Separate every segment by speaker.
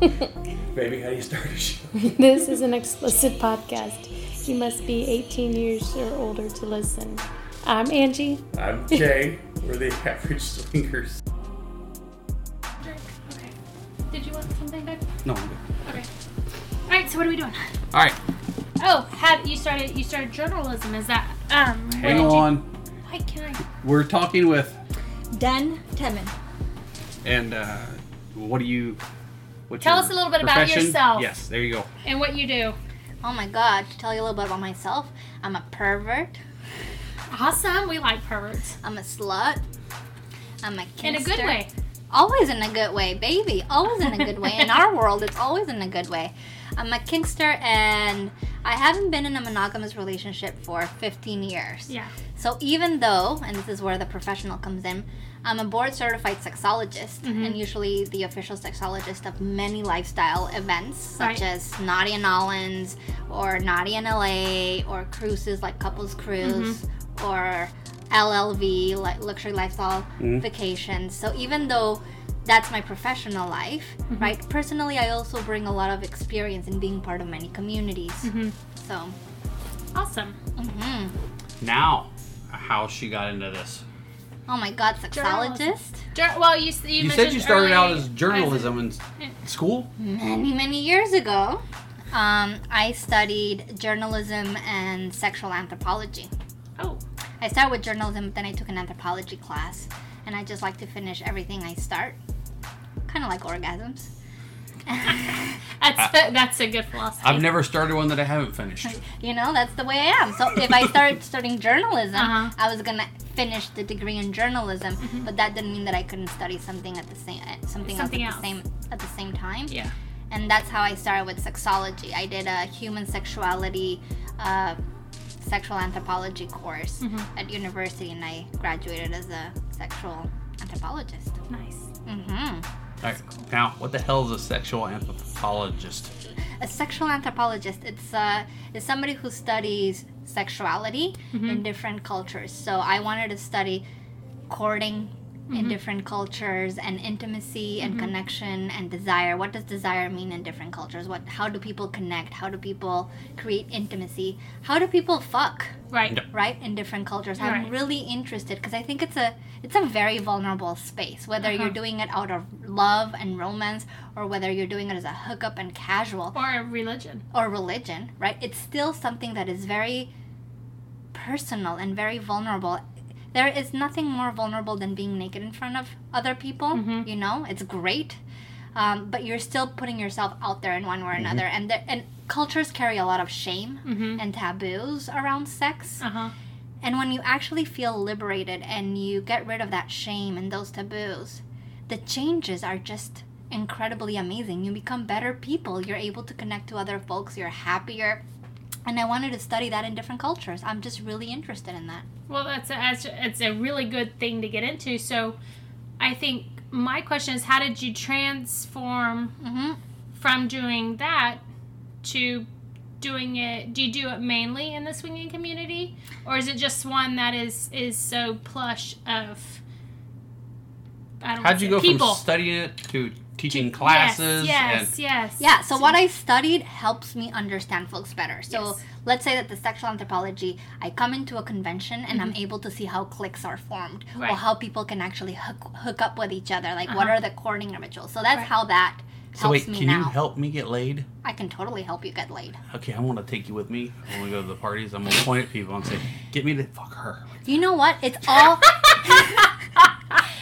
Speaker 1: Baby, how do you start a show?
Speaker 2: this is an explicit podcast. You must be 18 years or older to listen. I'm Angie.
Speaker 1: I'm Jay. We're the average swingers.
Speaker 3: Okay. Did you want something, babe?
Speaker 4: No. I'm good.
Speaker 3: Okay. All right. So what are we doing?
Speaker 4: All right,
Speaker 3: Oh, had you started? You started journalism. Is that um? where
Speaker 4: hang
Speaker 3: did you-
Speaker 4: on.
Speaker 3: Why can I?
Speaker 4: We're talking with,
Speaker 5: Dan Temin.
Speaker 4: and uh, what do you? What's
Speaker 3: Tell
Speaker 4: your
Speaker 3: us a little bit about
Speaker 4: profession?
Speaker 3: yourself.
Speaker 4: Yes, there you go.
Speaker 3: And what you do?
Speaker 5: Oh my god, to tell you a little bit about myself, I'm a pervert,
Speaker 3: Awesome. We like perverts
Speaker 5: I'm a slut, I'm a kidster.
Speaker 3: in a good way.
Speaker 5: Always in a good way, baby. Always in a good way. In our world, it's always in a good way. I'm a kingster and I haven't been in a monogamous relationship for 15 years.
Speaker 3: Yeah.
Speaker 5: So even though, and this is where the professional comes in, I'm a board certified sexologist and usually the official sexologist of many lifestyle events such
Speaker 3: Right.
Speaker 5: as Naughty in Allens or Naughty in LA or cruises like Couples Cruise or LLV like luxury lifestyle vacations. So even though that's my professional life, right? Personally, I also bring a lot of experience in being part of many communities. So,
Speaker 3: Awesome.
Speaker 5: mhm.
Speaker 4: Now, how she got into this?
Speaker 5: oh my god, sexologist.
Speaker 3: Jur- well, you s- you,
Speaker 4: You, said you
Speaker 3: mentioned
Speaker 4: started out
Speaker 3: earlier-
Speaker 4: as journalism in
Speaker 3: Yeah.
Speaker 4: s- school.
Speaker 5: many many years ago um, i studied journalism and sexual anthropology
Speaker 3: Oh,
Speaker 5: i started with journalism but then i took an anthropology class and i just like to finish everything i start kind of like orgasms
Speaker 3: that's
Speaker 4: Uh,
Speaker 3: that's a good philosophy.
Speaker 4: I've never started one that I haven't finished.
Speaker 5: you know that's the way i am so if i started studying journalism
Speaker 3: Uh-huh. Mm-hmm.
Speaker 5: i was gonna finish the degree in journalism but that didn't mean that i couldn't study something at the same uh, something, else at
Speaker 3: Something
Speaker 5: the
Speaker 3: else.
Speaker 5: same at the same time
Speaker 3: Yeah.
Speaker 5: and that's how I started with sexology. I did a human sexuality, uh, sexual anthropology course at university, and I graduated as a sexual anthropologist.
Speaker 3: Nice.
Speaker 5: hmm
Speaker 4: All right, now what the hell is a sexual anthropologist?
Speaker 5: A sexual anthropologist. It's uh, is somebody who studies sexuality in different cultures. So I wanted to study courting. In different cultures, and intimacy, and connection, and desire. What does desire mean in different cultures? What? How do people connect? How do people create intimacy? How do people fuck?
Speaker 3: Right.
Speaker 4: Yep.
Speaker 5: right in different cultures i'm
Speaker 3: Right.
Speaker 5: really interested because i think it's a it's a very vulnerable space whether you're doing it out of love and romance or whether you're doing it as a hookup and casual
Speaker 3: Or a religion.
Speaker 5: or religion right it's still something that is very personal and very vulnerable there is nothing more vulnerable than being naked in front of other people you know it's great um, but you're still putting yourself out there in one way or another and there, and cultures carry a lot of shame and taboos around sex
Speaker 3: Uh huh.
Speaker 5: and when you actually feel liberated and you get rid of that shame and those taboos, the changes are just incredibly amazing. You become better people. You're able to connect to other folks. You're happier. And I wanted to study that in different cultures. I'm just really interested in that.
Speaker 3: Well, that's a, that's a- it's a really good thing to get into. So, I think my question is, how did you transform
Speaker 5: Mhm.
Speaker 3: from doing that to doing it? Do you do it mainly in the swinging community, or is it just one that is is so plush of? I don't
Speaker 4: How'd you
Speaker 3: wanna
Speaker 4: go
Speaker 3: say people?
Speaker 4: from studying it to teaching classes?
Speaker 3: Yes,
Speaker 4: and,
Speaker 3: yes.
Speaker 5: Yeah, so what I studied helps me understand folks better. So
Speaker 3: Yes.
Speaker 5: let's say that the sexual anthropology, I come into a convention and I'm able to see how cliques are formed
Speaker 3: Mm-hmm. Right. Uh-huh.
Speaker 5: or how people can actually hook, hook up with each other. Like, what are the courting rituals? So that's how that helps
Speaker 4: So wait,
Speaker 5: me
Speaker 4: can
Speaker 5: now.
Speaker 4: you help me get laid?
Speaker 5: I can totally help you get laid.
Speaker 4: Okay, I want to take you with me. I want to go to the parties. I'm gonna point at people and say, "Get me to fuck her."
Speaker 5: You know what? It's all.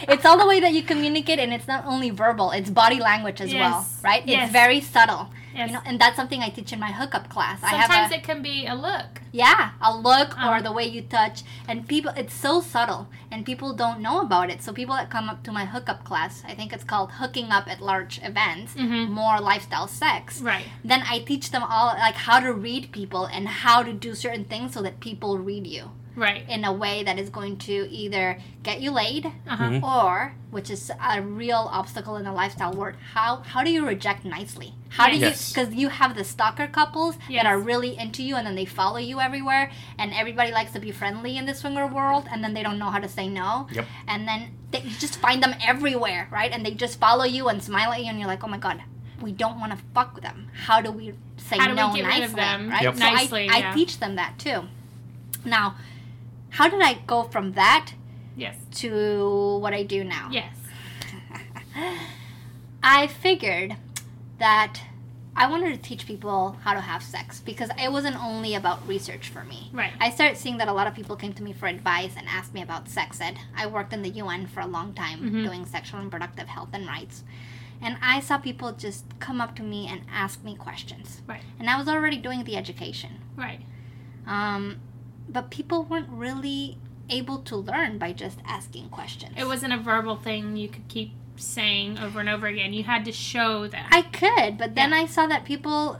Speaker 5: It's all the way that you communicate, and it's not only verbal; it's body language as well,
Speaker 3: Yes.
Speaker 5: right?
Speaker 3: Yes.
Speaker 5: It's very subtle,
Speaker 3: Yes.
Speaker 5: you know, and that's something I teach in my hookup class. I have a,
Speaker 3: Sometimes it can be a look.
Speaker 5: Yeah, a look
Speaker 3: Uh-huh.
Speaker 5: or the way you touch. And people, it's so subtle, and people don't know about it. So, people that come up to my hookup class, I think it's called hooking up at large events, more lifestyle sex.
Speaker 3: Right.
Speaker 5: Then I teach them all, like, how to read people and how to do certain things so that people read you
Speaker 3: Right.
Speaker 5: in a way that is going to either get you laid
Speaker 3: Uh-huh.
Speaker 4: Mm-hmm.
Speaker 5: or which is a real obstacle in the lifestyle world how how do you reject nicely how do
Speaker 4: Yes.
Speaker 5: you because you have the stalker couples
Speaker 3: Yes.
Speaker 5: that are really into you and then they follow you everywhere and everybody likes to be friendly in the swinger world and then they don't know how to say no
Speaker 4: Yep.
Speaker 5: and then they, you just find them everywhere right and they just follow you and smile at you and you're like oh my god we don't want to fuck with them. How do we say
Speaker 3: How do we
Speaker 5: no
Speaker 3: get rid of
Speaker 5: nicely?
Speaker 3: them
Speaker 5: Right?
Speaker 4: Yep.
Speaker 5: So I-
Speaker 3: nicely,
Speaker 5: I,
Speaker 3: yeah.
Speaker 5: teach them that too. Now, how did I go from that
Speaker 3: Yes.
Speaker 5: to what I do now?
Speaker 3: Yes.
Speaker 5: I figured that I wanted to teach people how to have sex because it wasn't only about research for me.
Speaker 3: Right.
Speaker 5: I started seeing that a lot of people came to me for advice and asked me about sex ed. I worked in the UN for a long time
Speaker 3: Mm-hmm.
Speaker 5: doing sexual and reproductive health and rights. And I saw people just come up to me and ask me questions.
Speaker 3: Right.
Speaker 5: And I was already doing the education.
Speaker 3: Right.
Speaker 5: Um, but people weren't really able to learn by just asking questions.
Speaker 3: It wasn't a verbal thing you could keep saying over and over again. You had to show them.
Speaker 5: I could, but then I saw that people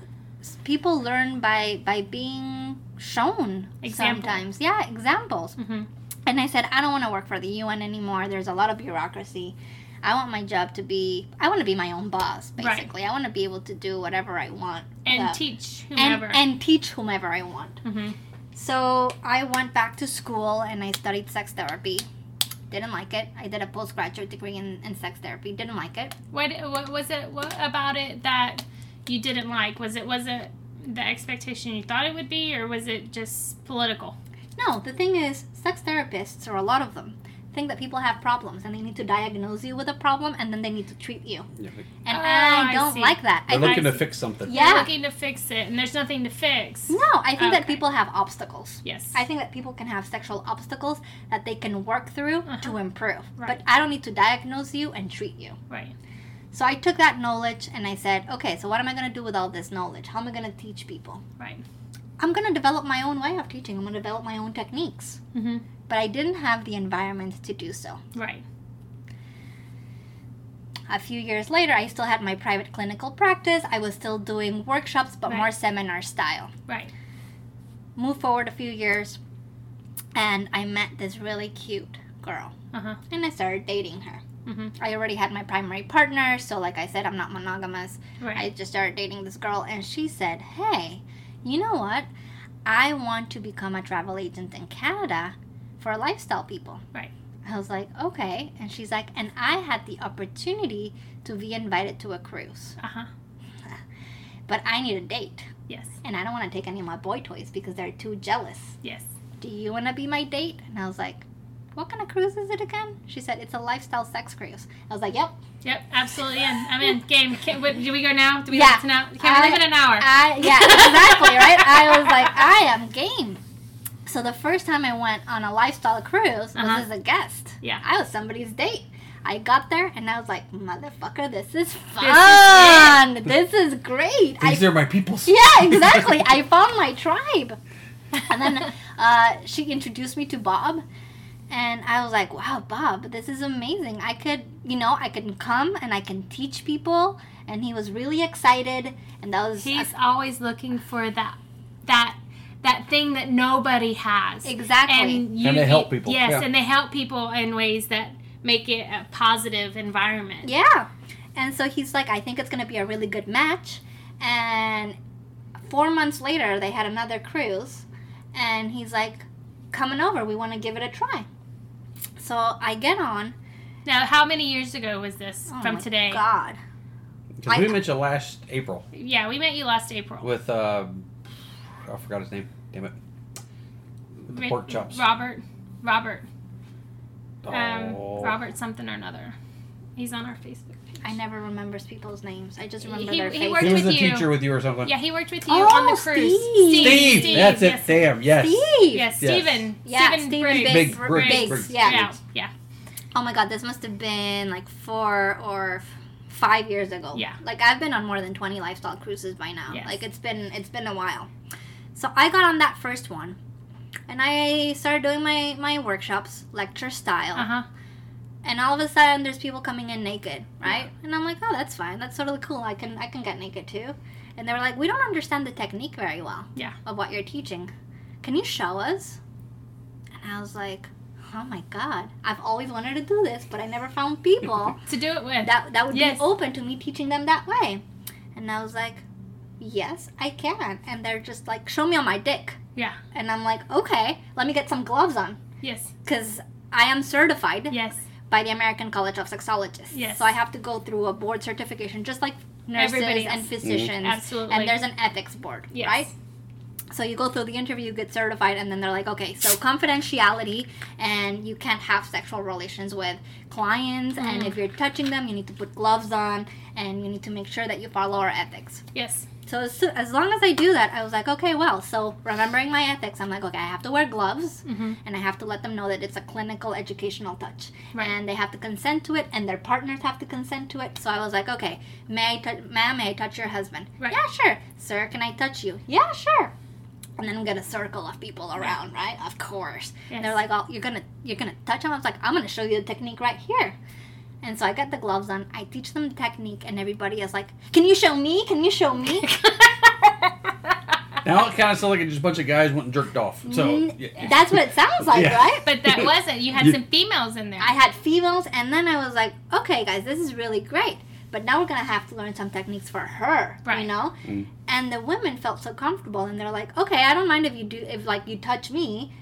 Speaker 5: people learn by by being shown
Speaker 3: Example.
Speaker 5: sometimes. Yeah, examples.
Speaker 3: Mhm.
Speaker 5: And I said, I don't want to work for the UN anymore. There's a lot of bureaucracy. I want my job to be. I want to be my own boss,
Speaker 3: Right.
Speaker 5: basically. I want to be able to do whatever I want
Speaker 3: and
Speaker 5: Yeah.
Speaker 3: teach
Speaker 5: and
Speaker 3: whomever.
Speaker 5: and teach whomever I want.
Speaker 3: Mhm.
Speaker 5: So I went back to school and I studied sex therapy. Didn't like it. I did a postgraduate degree in, in sex therapy. Didn't like it.
Speaker 3: What, what was it what about it that you didn't like? Was it was it the expectation you thought it would be, or was it just political?
Speaker 5: No, the thing is, sex therapists, or a lot of them, think that people have problems and they need to diagnose you with a problem and then they need to treat you. And
Speaker 3: Oh,
Speaker 5: I
Speaker 3: I
Speaker 5: don't
Speaker 3: see.
Speaker 5: like that. I
Speaker 3: They're
Speaker 5: think,
Speaker 3: looking to
Speaker 4: fix something.
Speaker 3: You're
Speaker 5: yeah.
Speaker 3: looking to fix it, and there's nothing to fix.
Speaker 5: No, I think that
Speaker 3: Okay.
Speaker 5: people have obstacles.
Speaker 3: Yes.
Speaker 5: I think that people can have sexual obstacles that they can work through to improve. But
Speaker 3: Uh-huh. Right.
Speaker 5: I don't need to diagnose you and treat you.
Speaker 3: right.
Speaker 5: So I took that knowledge and I said, okay, so what am I going to do with all this knowledge? How am I going to teach people?
Speaker 3: Right.
Speaker 5: I'm going to develop my own way of teaching. I'm going to develop my own techniques.
Speaker 3: hmm
Speaker 5: But I didn't have the environment to do so.
Speaker 3: Right.
Speaker 5: A few years later, I still had my private clinical practice. I was still doing workshops, but
Speaker 3: Right.
Speaker 5: more seminar style.
Speaker 3: Right.
Speaker 5: Move forward a few years, and I met this really cute girl,
Speaker 3: Uh huh.
Speaker 5: and I started dating her.
Speaker 3: Mhm.
Speaker 5: I already had my primary partner, so like I said, I'm not monogamous. I
Speaker 3: Right.
Speaker 5: just started dating this girl, and she said, Hey, you know what? I want to become a travel agent in Canada for lifestyle people.
Speaker 3: Right.
Speaker 5: I was like, Okay. And she's like, And I had the opportunity to be invited to a cruise,
Speaker 3: Uh huh.
Speaker 5: but I need a date,
Speaker 3: Yes.
Speaker 5: and I don't want to take any of my boy toys because they're too jealous.
Speaker 3: Yes.
Speaker 5: Do you want to be my date? And I was like, What kind of cruise is it again? She said, It's a lifestyle sex cruise. I was like, Yep.
Speaker 3: Yep. Absolutely. In. I'm in. Game. Can, wait, do we go now? Do we
Speaker 5: Yeah.
Speaker 3: have to now? Can we
Speaker 5: I-
Speaker 3: leave in an hour?
Speaker 5: I, yeah, exactly, right? I was like, I am game. So the first time I went on a lifestyle cruise was
Speaker 3: Uh-huh.
Speaker 5: as a guest.
Speaker 3: Yeah.
Speaker 5: I was somebody's date. I got there and I was like, motherfucker, this is
Speaker 3: it.
Speaker 5: fun. This is, great.
Speaker 1: These
Speaker 5: I,
Speaker 1: are my peoples.
Speaker 5: yeah, exactly. I found my tribe. And then uh, she introduced me to Bob. And I was like, wow, Bob, this is amazing. I could, you know, I can come and I can teach people. And he was really excited. And that was
Speaker 3: He's always looking for that that that thing that nobody has.
Speaker 5: Exactly.
Speaker 3: And, you,
Speaker 4: And they help people,
Speaker 3: Yes,
Speaker 4: yeah.
Speaker 3: and they help people in ways that make it a positive environment.
Speaker 5: Yeah. And so he's like, I think it's going to be a really good match. And four months later, they had another cruise. And he's like, coming over. We want to give it a try. So I get on.
Speaker 3: Now, how many years ago was this
Speaker 5: Oh
Speaker 3: from
Speaker 5: my
Speaker 3: today?
Speaker 5: God.
Speaker 4: Because we met you last April
Speaker 3: Yeah, we met you last April.
Speaker 4: with uh, I forgot his name. Damn it. With the
Speaker 3: Ri-
Speaker 4: pork chops.
Speaker 3: Robert. Robert. Um,
Speaker 4: Oh.
Speaker 3: Robert something or another. He's on our Facebook page.
Speaker 5: I never remembers people's names. I just remember
Speaker 3: He-
Speaker 5: their
Speaker 3: he
Speaker 5: faces.
Speaker 3: worked
Speaker 4: He was a
Speaker 3: with you.
Speaker 4: teacher with you or something.
Speaker 3: Yeah, he worked with you
Speaker 5: Oh,
Speaker 3: on the cruise.
Speaker 5: Steve.
Speaker 4: Steve, that's
Speaker 3: yes.
Speaker 4: it. Damn. Yes.
Speaker 3: Yes,
Speaker 5: Steve.
Speaker 4: Yes.
Speaker 3: Steven.
Speaker 5: Yeah,
Speaker 3: Steven,
Speaker 5: Steven
Speaker 3: Briggs.
Speaker 5: Biggs.
Speaker 4: Big, Briggs,
Speaker 3: Briggs,
Speaker 4: Briggs.
Speaker 5: yeah.
Speaker 3: Yeah, yeah.
Speaker 5: Oh my God, this must have been like four or f- five years ago.
Speaker 3: Yeah.
Speaker 5: Like I've been on more than twenty lifestyle cruises by now.
Speaker 3: Yes.
Speaker 5: Like it's been it's been a while. So I got on that first one, and I started doing my my workshops lecture style.
Speaker 3: Uh huh.
Speaker 5: And all of a sudden, there's people coming in naked, right? And I'm like, oh, that's fine. That's totally cool. I can I can get naked too. And they were like, we don't understand the technique very well.
Speaker 3: Yeah.
Speaker 5: Of what you're teaching, can you show us? And I was like, oh my god, I've always wanted to do this, but I never found people
Speaker 3: To do it with.
Speaker 5: that that would
Speaker 3: Yes.
Speaker 5: be open to me teaching them that way. And I was like, yes, I can. And they're just like, show me on my dick.
Speaker 3: Yeah.
Speaker 5: And I'm like, okay, let me get some gloves on,
Speaker 3: Yes.
Speaker 5: cause I am certified
Speaker 3: Yes.
Speaker 5: by the American College of Sexologists.
Speaker 3: Yes.
Speaker 5: So I have to go through a board certification, just like nurses
Speaker 3: Everybody else.
Speaker 5: and
Speaker 3: Mm-hmm.
Speaker 5: physicians.
Speaker 3: Absolutely.
Speaker 5: And there's an ethics board,
Speaker 3: Yes.
Speaker 5: right? So you go through the interview, you get certified, and then they're like, okay, so confidentiality, and you can't have sexual relations with clients,
Speaker 3: Mm-hmm.
Speaker 5: and if you're touching them, you need to put gloves on, and you need to make sure that you follow our ethics.
Speaker 3: Yes.
Speaker 5: So as, soo- as long as I do that, I was like, okay, well, so remembering my ethics, I'm like, okay, I have to wear gloves,
Speaker 3: Mm-hmm.
Speaker 5: and I have to let them know that it's a clinical educational touch,
Speaker 3: Right.
Speaker 5: and they have to consent to it, and their partners have to consent to it. So I was like, okay, may I, tou- ma'am, may I touch your husband?
Speaker 3: Right.
Speaker 5: Yeah, sure. Sir, can I touch you? Yeah, sure. And then we get a circle of people around, right? Of course. And they're
Speaker 3: Yes.
Speaker 5: like, oh, you're gonna you're gonna touch him. I was like, I'm gonna show you the technique right here. And so I got the gloves on. I teach them the technique, and everybody is like, "Can you show me? Can you show me?"
Speaker 4: Now it kind of sounds like just a bunch of guys went and jerked off. So
Speaker 5: Mm,
Speaker 4: yeah, yeah.
Speaker 5: that's what it sounds like,
Speaker 4: Yeah.
Speaker 5: right?
Speaker 3: But that wasn't. You had
Speaker 4: You-
Speaker 3: some females in there.
Speaker 5: I had females, and then I was like, okay, guys, this is really great. But now we're gonna have to learn some techniques for her, you
Speaker 3: Right.
Speaker 5: know.
Speaker 4: Mm.
Speaker 5: And the women felt so comfortable, and they're like, okay, I don't mind if you do, if like you touch me.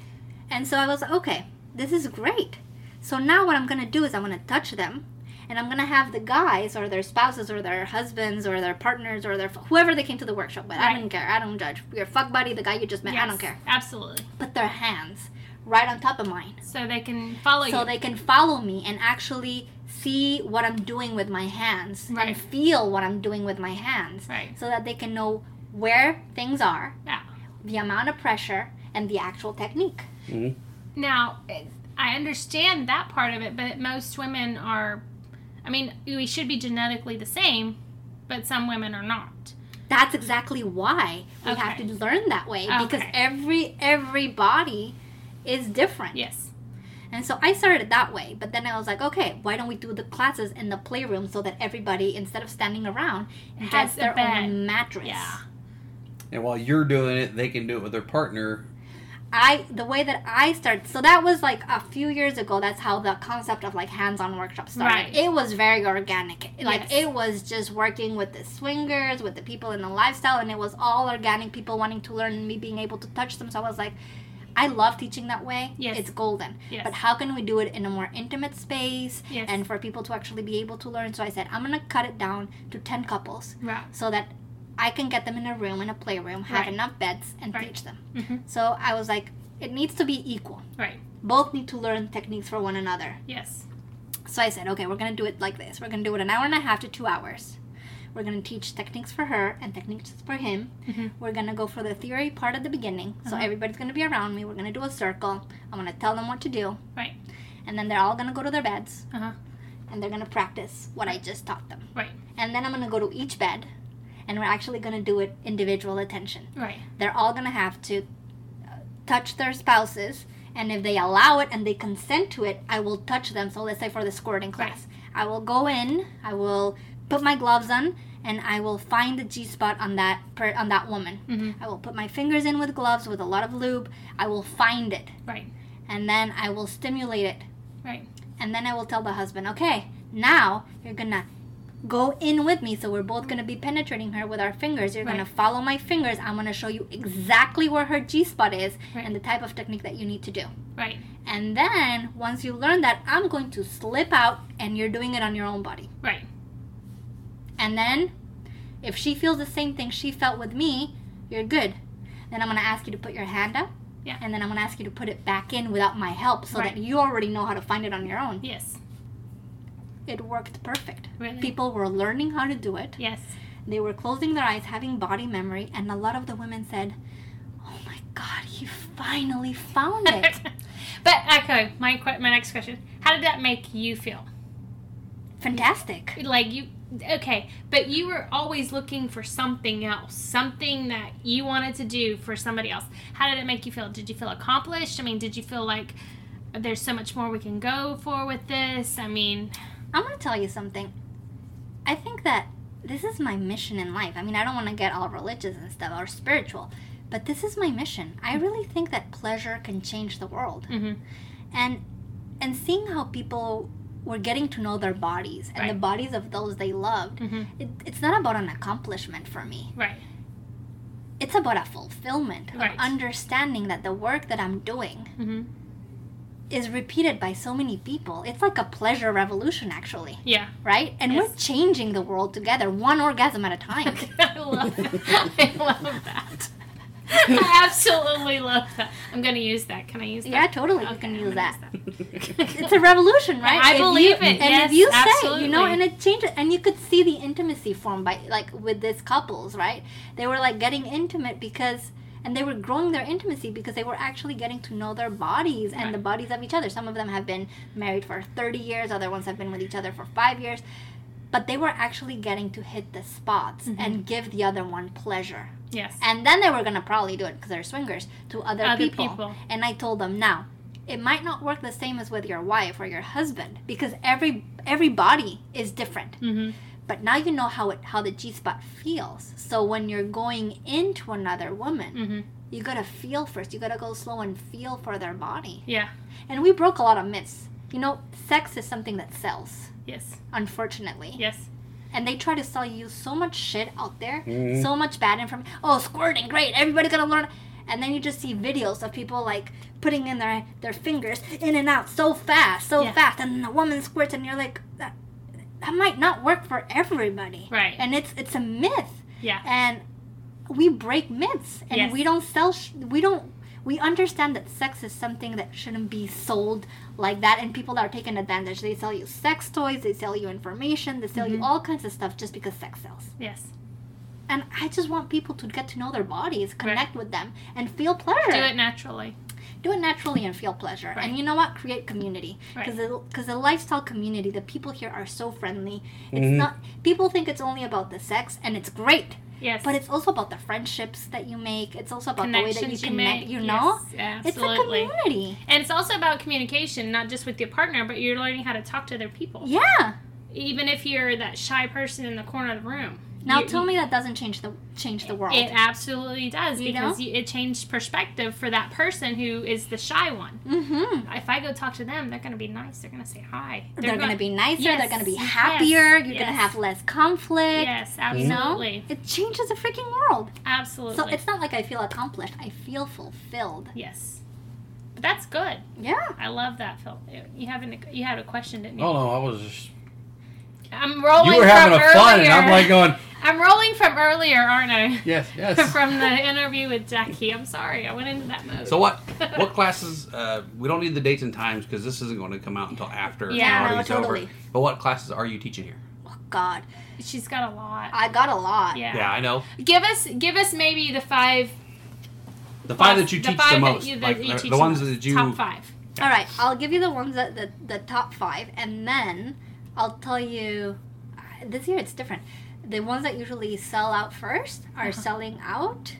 Speaker 5: And so I was like, okay, this is great. So now what I'm gonna do is I'm gonna touch them, and I'm gonna have the guys or their spouses or their husbands or their partners or their whoever they came to the workshop with. I
Speaker 3: Right.
Speaker 5: don't care. I don't judge. Your fuck buddy, the guy you just met. I
Speaker 3: Yes,
Speaker 5: don't care.
Speaker 3: Absolutely.
Speaker 5: Put their hands right on top of mine
Speaker 3: So they can follow
Speaker 5: so
Speaker 3: you.
Speaker 5: they can follow me and actually see what I'm doing with my hands and
Speaker 3: Right.
Speaker 5: feel what I'm doing with my hands
Speaker 3: Right.
Speaker 5: so that they can know where things are,
Speaker 3: yeah.
Speaker 5: the amount of pressure, and the actual technique.
Speaker 3: Now, it- I understand that part of it, but most women are. I mean, we should be genetically the same, but some women are not.
Speaker 5: That's exactly why we have to
Speaker 3: Okay.
Speaker 5: learn that way because
Speaker 3: Okay.
Speaker 5: every every body is different.
Speaker 3: Yes.
Speaker 5: And so I started that way, but then I was like, okay, why don't we do the classes in the playroom so that everybody instead of standing around has
Speaker 3: Has a
Speaker 5: their
Speaker 3: bed.
Speaker 5: own mattress.
Speaker 3: Yeah.
Speaker 4: and while you're doing it, they can do it with their partner.
Speaker 5: I the way that I started so that was like a few years ago that's how the concept of like hands-on workshop started.
Speaker 3: Right.
Speaker 5: It was very organic. Like
Speaker 3: Yes.
Speaker 5: it was just working with the swingers, with the people in the lifestyle and it was all organic people wanting to learn and me being able to touch them. So I was like I love teaching that way.
Speaker 3: Yes.
Speaker 5: It's golden.
Speaker 3: Yes.
Speaker 5: But how can we do it in a more intimate space
Speaker 3: Yes.
Speaker 5: and for people to actually be able to learn? So I said, I'm going to cut it down to 10 couples
Speaker 3: Right.
Speaker 5: so that I can get them in a room, in a playroom, have
Speaker 3: Right.
Speaker 5: enough beds, and
Speaker 3: Right.
Speaker 5: teach them.
Speaker 3: Mhm.
Speaker 5: So I was like, it needs to be equal.
Speaker 3: Right.
Speaker 5: Both need to learn techniques for one another.
Speaker 3: Yes.
Speaker 5: So I said, okay, we're gonna do it like this. We're gonna do it an hour and a half to two hours. We're gonna teach techniques for her and techniques for him.
Speaker 3: Mm-hmm.
Speaker 5: We're gonna go for the theory part at the beginning. So
Speaker 3: Uh-huh.
Speaker 5: everybody's gonna be around me. We're gonna do a circle. I'm gonna tell them what to do.
Speaker 3: Right.
Speaker 5: And then they're all gonna go to their beds
Speaker 3: Uh huh.
Speaker 5: and they're gonna practice what I just taught them.
Speaker 3: Right.
Speaker 5: And then I'm gonna go to each bed and we're actually gonna do it individual attention
Speaker 3: Right.
Speaker 5: they're all gonna have to uh, touch their spouses and if they allow it and they consent to it i will touch them so let's say for the squirting class i will go in i will put my gloves on and i will find the g spot on that per, on that woman i will put my fingers in with gloves with a lot of lube i will find it
Speaker 3: Right.
Speaker 5: and then i will stimulate it
Speaker 3: Right.
Speaker 5: and then i will tell the husband okay now you're gonna go in with me so we're both going to be penetrating her with our fingers you're going
Speaker 3: Right.
Speaker 5: to follow my fingers i'm going to show you exactly where her g spot is
Speaker 3: Right.
Speaker 5: and the type of technique that you need to do
Speaker 3: Right.
Speaker 5: and then once you learn that i'm going to slip out and you're doing it on your own body
Speaker 3: Right.
Speaker 5: and then if she feels the same thing she felt with me you're good then i'm going to ask you to put your hand up
Speaker 3: Yeah.
Speaker 5: and then i'm going to ask you to put it back in without my help so
Speaker 3: Right.
Speaker 5: that you already know how to find it on your own
Speaker 3: Yes.
Speaker 5: it worked perfect
Speaker 3: Really?
Speaker 5: people were learning how to do it
Speaker 3: Yes.
Speaker 5: They were closing their eyes, having body memory, and a lot of the women said, Oh my god, you finally found it.
Speaker 3: but okay, my que- my next question: How did that make you feel?
Speaker 5: Fantastic.
Speaker 3: Like you, okay, but you were always looking for something else, something that you wanted to do for somebody else. How did it make you feel? Did you feel accomplished? I mean, did you feel like there's so much more we can go for with this? I mean,
Speaker 5: I'm gonna tell you something. I think that this is my mission in life. I mean, I don't wanna get all religious and stuff or spiritual, but this is my mission. I really think that pleasure can change the world.
Speaker 3: Mhm.
Speaker 5: And and seeing how people were getting to know their bodies and the
Speaker 3: Right.
Speaker 5: bodies of those they loved,
Speaker 3: Mhm.
Speaker 5: it, it's not about an accomplishment for me.
Speaker 3: right,
Speaker 5: it's about a fulfillment
Speaker 3: Right.
Speaker 5: of understanding that the work that I'm doing
Speaker 3: mm-hmm.
Speaker 5: is repeated by so many people. It's like a pleasure revolution, actually,
Speaker 3: Yeah.
Speaker 5: right? And we're
Speaker 3: Yes.
Speaker 5: changing the world together, one orgasm at a time.
Speaker 3: I love I love that. I absolutely love that. I'm gonna use that. Can I use that?
Speaker 5: yeah, totally. you
Speaker 3: Okay,
Speaker 5: can
Speaker 3: I'm
Speaker 5: use
Speaker 3: gonna
Speaker 5: that.
Speaker 3: use
Speaker 5: It's a revolution, right?
Speaker 3: I
Speaker 5: If you-
Speaker 3: believe it.
Speaker 5: And
Speaker 3: Yes,
Speaker 5: if you say,
Speaker 3: absolutely.
Speaker 5: you know, and it changes, and you could see the intimacy formed by like with these couples, right? They were like getting intimate because, and they were growing their intimacy because they were actually getting to know their bodies and the bodies of each other. Some of them have been married for thirty years, other ones have been with each other for five years, but they were actually getting to hit the spots
Speaker 3: Mm-hmm.
Speaker 5: and give the other one pleasure.
Speaker 3: yes.
Speaker 5: And then they were gonna probably do it because they're swingers to other,
Speaker 3: Other
Speaker 5: people.
Speaker 3: people.
Speaker 5: And I told them now, it might not work the same as with your wife or your husband because every every body is different.
Speaker 3: Mhm.
Speaker 5: But now you know how it how the G spot feels. So when you're going into another woman,
Speaker 3: Mhm.
Speaker 5: you gotta feel first. You gotta go slow and feel for their body.
Speaker 3: Yeah.
Speaker 5: And we broke a lot of myths. You know, sex is something that sells,
Speaker 3: Yes.
Speaker 5: unfortunately
Speaker 3: Yes.
Speaker 5: and they try to sell you so much shit out there, so much bad information. Oh, squirting, great! Everybody's gonna learn. And then you just see videos of people like putting in their their fingers in and out so fast, so
Speaker 3: Yeah.
Speaker 5: fast, and the woman squirts, and you're like, that, that might not work for everybody.
Speaker 3: Right.
Speaker 5: And it's it's a myth,
Speaker 3: Yeah.
Speaker 5: and we break myths, and
Speaker 3: Yes.
Speaker 5: we don't sell. Sh- we don't. We understand that sex is something that shouldn't be sold like that and people are taken advantage they sell you sex toys they sell you information they sell you
Speaker 3: Mm-hmm.
Speaker 5: all kinds of stuff just because sex sells
Speaker 3: Yes.
Speaker 5: and i just want people to get to know their bodies connect with them and feel pleasure
Speaker 3: Do it naturally.
Speaker 5: do it naturally and feel pleasure
Speaker 3: Right.
Speaker 5: and you know what create community
Speaker 3: Right.
Speaker 5: because because the lifestyle community the people here are so friendly it's
Speaker 3: Mm-hmm.
Speaker 5: not people think it's only about the sex and it's great
Speaker 3: Yes.
Speaker 5: but it's also about the friendships that you make it's also about the way that you
Speaker 3: connections you,
Speaker 5: connect
Speaker 3: make.
Speaker 5: you know
Speaker 3: Yes,
Speaker 5: it's a
Speaker 3: absolutely.
Speaker 5: community
Speaker 3: and it's also about communication, not just with your partner, but you're learning how to talk to other people.
Speaker 5: yeah
Speaker 3: Even if you're that shy person in the corner of the room.
Speaker 5: now
Speaker 3: You-
Speaker 5: tell me that doesn't change the change the world
Speaker 3: It absolutely does
Speaker 5: You
Speaker 3: because
Speaker 5: know?
Speaker 3: you, it changed perspective for that person who is the shy one.
Speaker 5: Mm-hmm.
Speaker 3: If I go talk to them, they're going to be nice. They're going to say hi.
Speaker 5: They're, going to be nicer. They're going to be
Speaker 3: Yes,
Speaker 5: happier.
Speaker 3: yes,
Speaker 5: You're going to
Speaker 3: yes.
Speaker 5: have less conflict.
Speaker 3: Yes,
Speaker 5: You know,
Speaker 3: absolutely.
Speaker 5: it changes the freaking world.
Speaker 3: Absolutely.
Speaker 5: So it's not like I feel accomplished. I feel fulfilled.
Speaker 3: yes. But that's good.
Speaker 5: Yeah.
Speaker 3: I love that, Phil. You haven't you had a question, didn't you?
Speaker 4: Oh no, I was just.
Speaker 3: I'm rolling.
Speaker 4: You were having a
Speaker 3: from
Speaker 4: fun, and
Speaker 3: earlier.
Speaker 4: I'm like going,
Speaker 3: I'm rolling from earlier, aren't I?
Speaker 4: yes, yes.
Speaker 3: from the interview with Jackie. I'm sorry, I went into that mode.
Speaker 4: So what? What classes? Uh, we don't need the dates and times because this isn't going to come out until after
Speaker 3: Yeah,
Speaker 4: the
Speaker 5: no,
Speaker 4: party's
Speaker 5: totally.
Speaker 4: over. But what classes are you teaching here?
Speaker 5: Oh God,
Speaker 3: She's got a lot.
Speaker 5: I got a lot.
Speaker 3: yeah.
Speaker 4: Yeah, I know
Speaker 3: Give us, give us maybe the five.
Speaker 4: the five
Speaker 3: class-
Speaker 4: that you
Speaker 3: the
Speaker 4: teach
Speaker 3: five
Speaker 4: the
Speaker 3: that
Speaker 4: most,
Speaker 3: you- that
Speaker 4: like
Speaker 3: you
Speaker 4: the,
Speaker 3: teach
Speaker 4: the ones
Speaker 3: most.
Speaker 4: that you.
Speaker 3: top five.
Speaker 5: All right, I'll give you the ones that the, the top five, and then I'll tell you. uh, This year it's different. The ones that usually sell out first are selling out,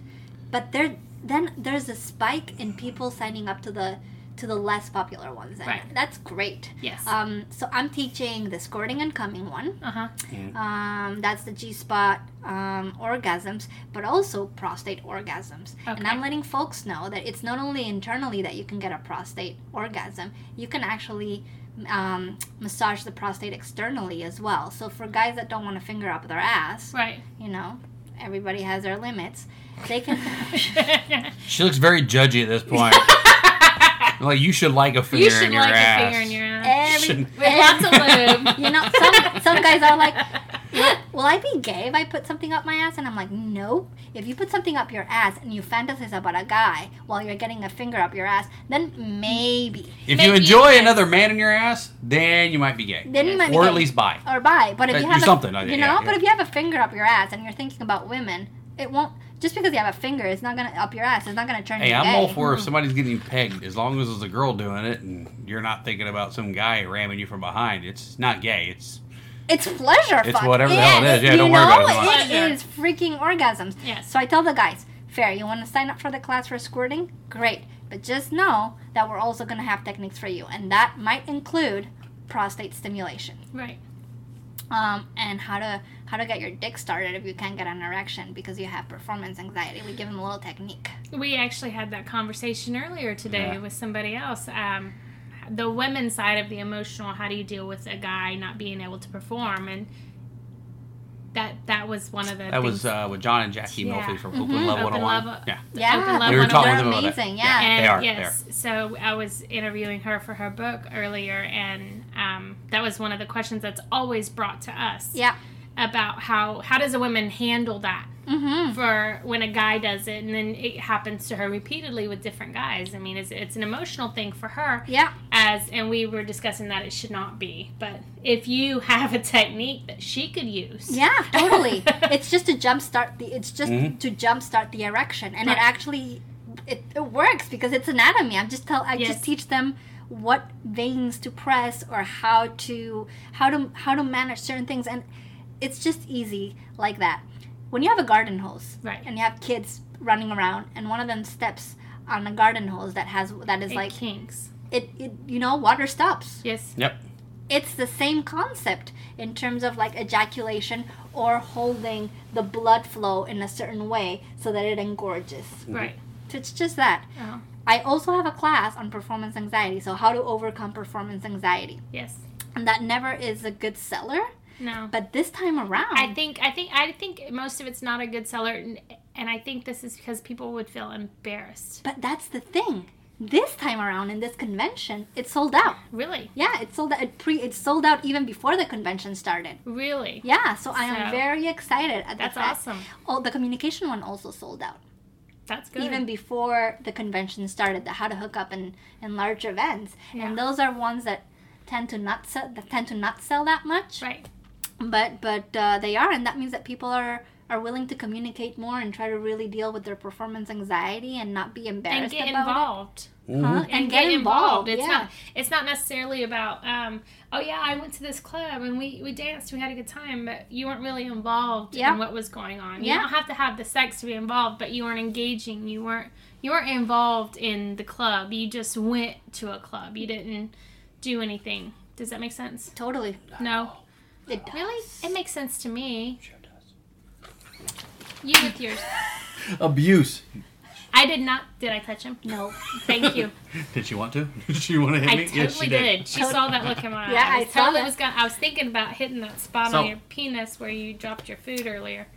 Speaker 5: but there then there's a spike in people signing up to the to the less popular ones, and
Speaker 3: Right.
Speaker 5: that's great.
Speaker 3: Yes.
Speaker 4: Uh,
Speaker 5: Um, so I'm teaching the squirting and coming one.
Speaker 3: uh huh.
Speaker 5: Um, that's the G spot um, orgasms, but also prostate orgasms. And
Speaker 3: Okay.
Speaker 5: I'm letting folks know that it's not only internally that you can get a prostate orgasm, you can actually um, massage the prostate externally as well. So for guys that don't want to finger up their ass,
Speaker 3: Right.
Speaker 5: you know, everybody has their limits. They can.
Speaker 4: She looks very judgy at this point. like you should like a finger
Speaker 3: you should
Speaker 4: in your
Speaker 3: like
Speaker 4: ass.
Speaker 3: a finger in your ass.
Speaker 5: every,
Speaker 4: Shouldn't-
Speaker 3: With lots of lube.
Speaker 5: you know, some some guys are like, Will I be gay if I put something up my ass? And I'm like, nope. If you put something up your ass and you fantasize about a guy while you're getting a finger up your ass, then maybe.
Speaker 4: If
Speaker 3: Make
Speaker 4: you
Speaker 3: you
Speaker 4: enjoy
Speaker 3: kiss.
Speaker 4: another man in your ass, then you might be gay,
Speaker 5: Then you might be
Speaker 4: or at
Speaker 5: gay.
Speaker 4: least bi.
Speaker 5: Or bi. But if
Speaker 4: Uh,
Speaker 5: you
Speaker 4: do
Speaker 5: have a-
Speaker 4: something, uh,
Speaker 5: you
Speaker 4: yeah,
Speaker 5: know.
Speaker 4: yeah.
Speaker 5: But if you have a finger up your ass and you're thinking about women, it won't. Just because you have a finger, it's not gonna up your ass. It's not gonna turn
Speaker 4: Hey,
Speaker 5: you
Speaker 4: I'm
Speaker 5: gay.
Speaker 4: all for if somebody's getting pegged, as long as it's a girl doing it, and you're not thinking about some guy ramming you from behind. It's not gay. It's
Speaker 5: It's pleasure.
Speaker 4: It's
Speaker 5: fuck.
Speaker 4: whatever the hell it is. Yeah,
Speaker 5: you
Speaker 4: don't worry
Speaker 5: know,
Speaker 4: about it so
Speaker 3: much. Pleasure.
Speaker 5: It is freaking orgasms.
Speaker 3: Yes.
Speaker 5: So I tell the guys, fair. You want to sign up for the class for squirting? Great, but just know that we're also gonna have techniques for you, and that might include prostate stimulation,
Speaker 3: Right.
Speaker 5: um, and how to how to get your dick started if you can't get an erection because you have performance anxiety. We give them a little technique.
Speaker 3: We actually had that conversation earlier today
Speaker 4: Yeah.
Speaker 3: with somebody else. Um, the women's side of the emotional. How do you deal with a guy not being able to perform? And that that was one of the
Speaker 4: That was
Speaker 3: things.
Speaker 4: uh, with John and Jackie
Speaker 3: Yeah.
Speaker 4: Milford from
Speaker 3: Mhm.
Speaker 4: Open Love
Speaker 3: Open
Speaker 4: 101.
Speaker 3: Love-
Speaker 4: yeah.
Speaker 5: Yeah,
Speaker 3: Open Love
Speaker 4: We were talking
Speaker 5: they're
Speaker 4: with them about
Speaker 5: amazing.
Speaker 4: that.
Speaker 5: Yeah.
Speaker 3: and
Speaker 4: they are, they
Speaker 3: yes so i was interviewing her for her book earlier and um, that was one of the questions that's always brought to us
Speaker 5: Yeah.
Speaker 3: about how how does a woman handle that
Speaker 5: Mm-hmm.
Speaker 3: for when a guy does it and then it happens to her repeatedly with different guys i mean it's, it's an emotional thing for her
Speaker 5: Yeah.
Speaker 3: as and we were discussing that it should not be but if you have a technique that she could use
Speaker 5: Yeah, totally. it's just to jumpstart the. It's just
Speaker 4: Mhm.
Speaker 5: to jumpstart the erection,
Speaker 3: Mm-hmm.
Speaker 5: and
Speaker 3: Right.
Speaker 5: it actually it, it works because it's anatomy. I'm just tell. I
Speaker 3: Yes.
Speaker 5: just teach them what veins to press or how to how to how to manage certain things, and it's just easy like that. When you have a garden hose,
Speaker 3: Right.
Speaker 5: and you have kids running around, and one of them steps on a garden hose that has that is
Speaker 3: it
Speaker 5: like
Speaker 3: kinks
Speaker 5: it, it you know water stops
Speaker 3: yes
Speaker 4: Yep.
Speaker 5: it's the same concept in terms of like ejaculation or holding the blood flow in a certain way so that it engorges.
Speaker 3: right
Speaker 5: So it's just that.
Speaker 3: oh
Speaker 5: I also have a class on performance anxiety, so how to overcome performance anxiety.
Speaker 3: yes
Speaker 5: And that never is a good seller,
Speaker 3: no
Speaker 5: but this time around,
Speaker 3: I think I think I think most of it's not a good seller, and, and I think this is because people would feel embarrassed.
Speaker 5: but that's the thing. This time around in this convention, it sold out.
Speaker 3: Really,
Speaker 5: Yeah, it sold out. It pre it sold out even before the convention started.
Speaker 3: really,
Speaker 5: Yeah, so I am
Speaker 3: So-
Speaker 5: very excited at the
Speaker 3: that's
Speaker 5: fact-
Speaker 3: awesome.
Speaker 5: Oh, the communication one also sold out.
Speaker 3: That's good.
Speaker 5: even before the convention started the how to hook up in, in large events
Speaker 3: Yeah.
Speaker 5: and those are ones that tend to not sell that tend to not sell that much
Speaker 3: right,
Speaker 5: but but uh, they are and that means that people are are willing to communicate more and try to really deal with their performance anxiety and not be
Speaker 3: and
Speaker 5: embarrassed
Speaker 3: get
Speaker 5: about
Speaker 3: involved.
Speaker 5: it huh? and, get, involved,
Speaker 3: It's
Speaker 5: yeah
Speaker 3: not. It's not necessarily about. Um, oh yeah, I went to this club and we we danced. We had a good time, but you weren't really involved
Speaker 5: Yeah.
Speaker 3: in what was going on. You
Speaker 5: Yeah.
Speaker 3: don't have to have the sex to be involved, but you weren't engaging. You weren't you weren't involved in the club. You just went to a club. You didn't do anything. Does that make sense?
Speaker 5: totally
Speaker 3: No.
Speaker 5: it does.
Speaker 3: Really? It makes sense to me.
Speaker 4: Sure does.
Speaker 3: You with yours.
Speaker 4: Abuse.
Speaker 3: I did not. Did I touch him?
Speaker 5: no
Speaker 3: Thank you.
Speaker 4: Did she want to? Did she want to hit
Speaker 3: I
Speaker 4: me?
Speaker 3: totally did. She saw that look in my
Speaker 5: Yeah,
Speaker 3: eye.
Speaker 5: I
Speaker 3: was
Speaker 5: saw
Speaker 3: totally
Speaker 5: that.
Speaker 3: was gonna, I was thinking about hitting that spot
Speaker 4: So-
Speaker 3: on your penis where you dropped your food earlier.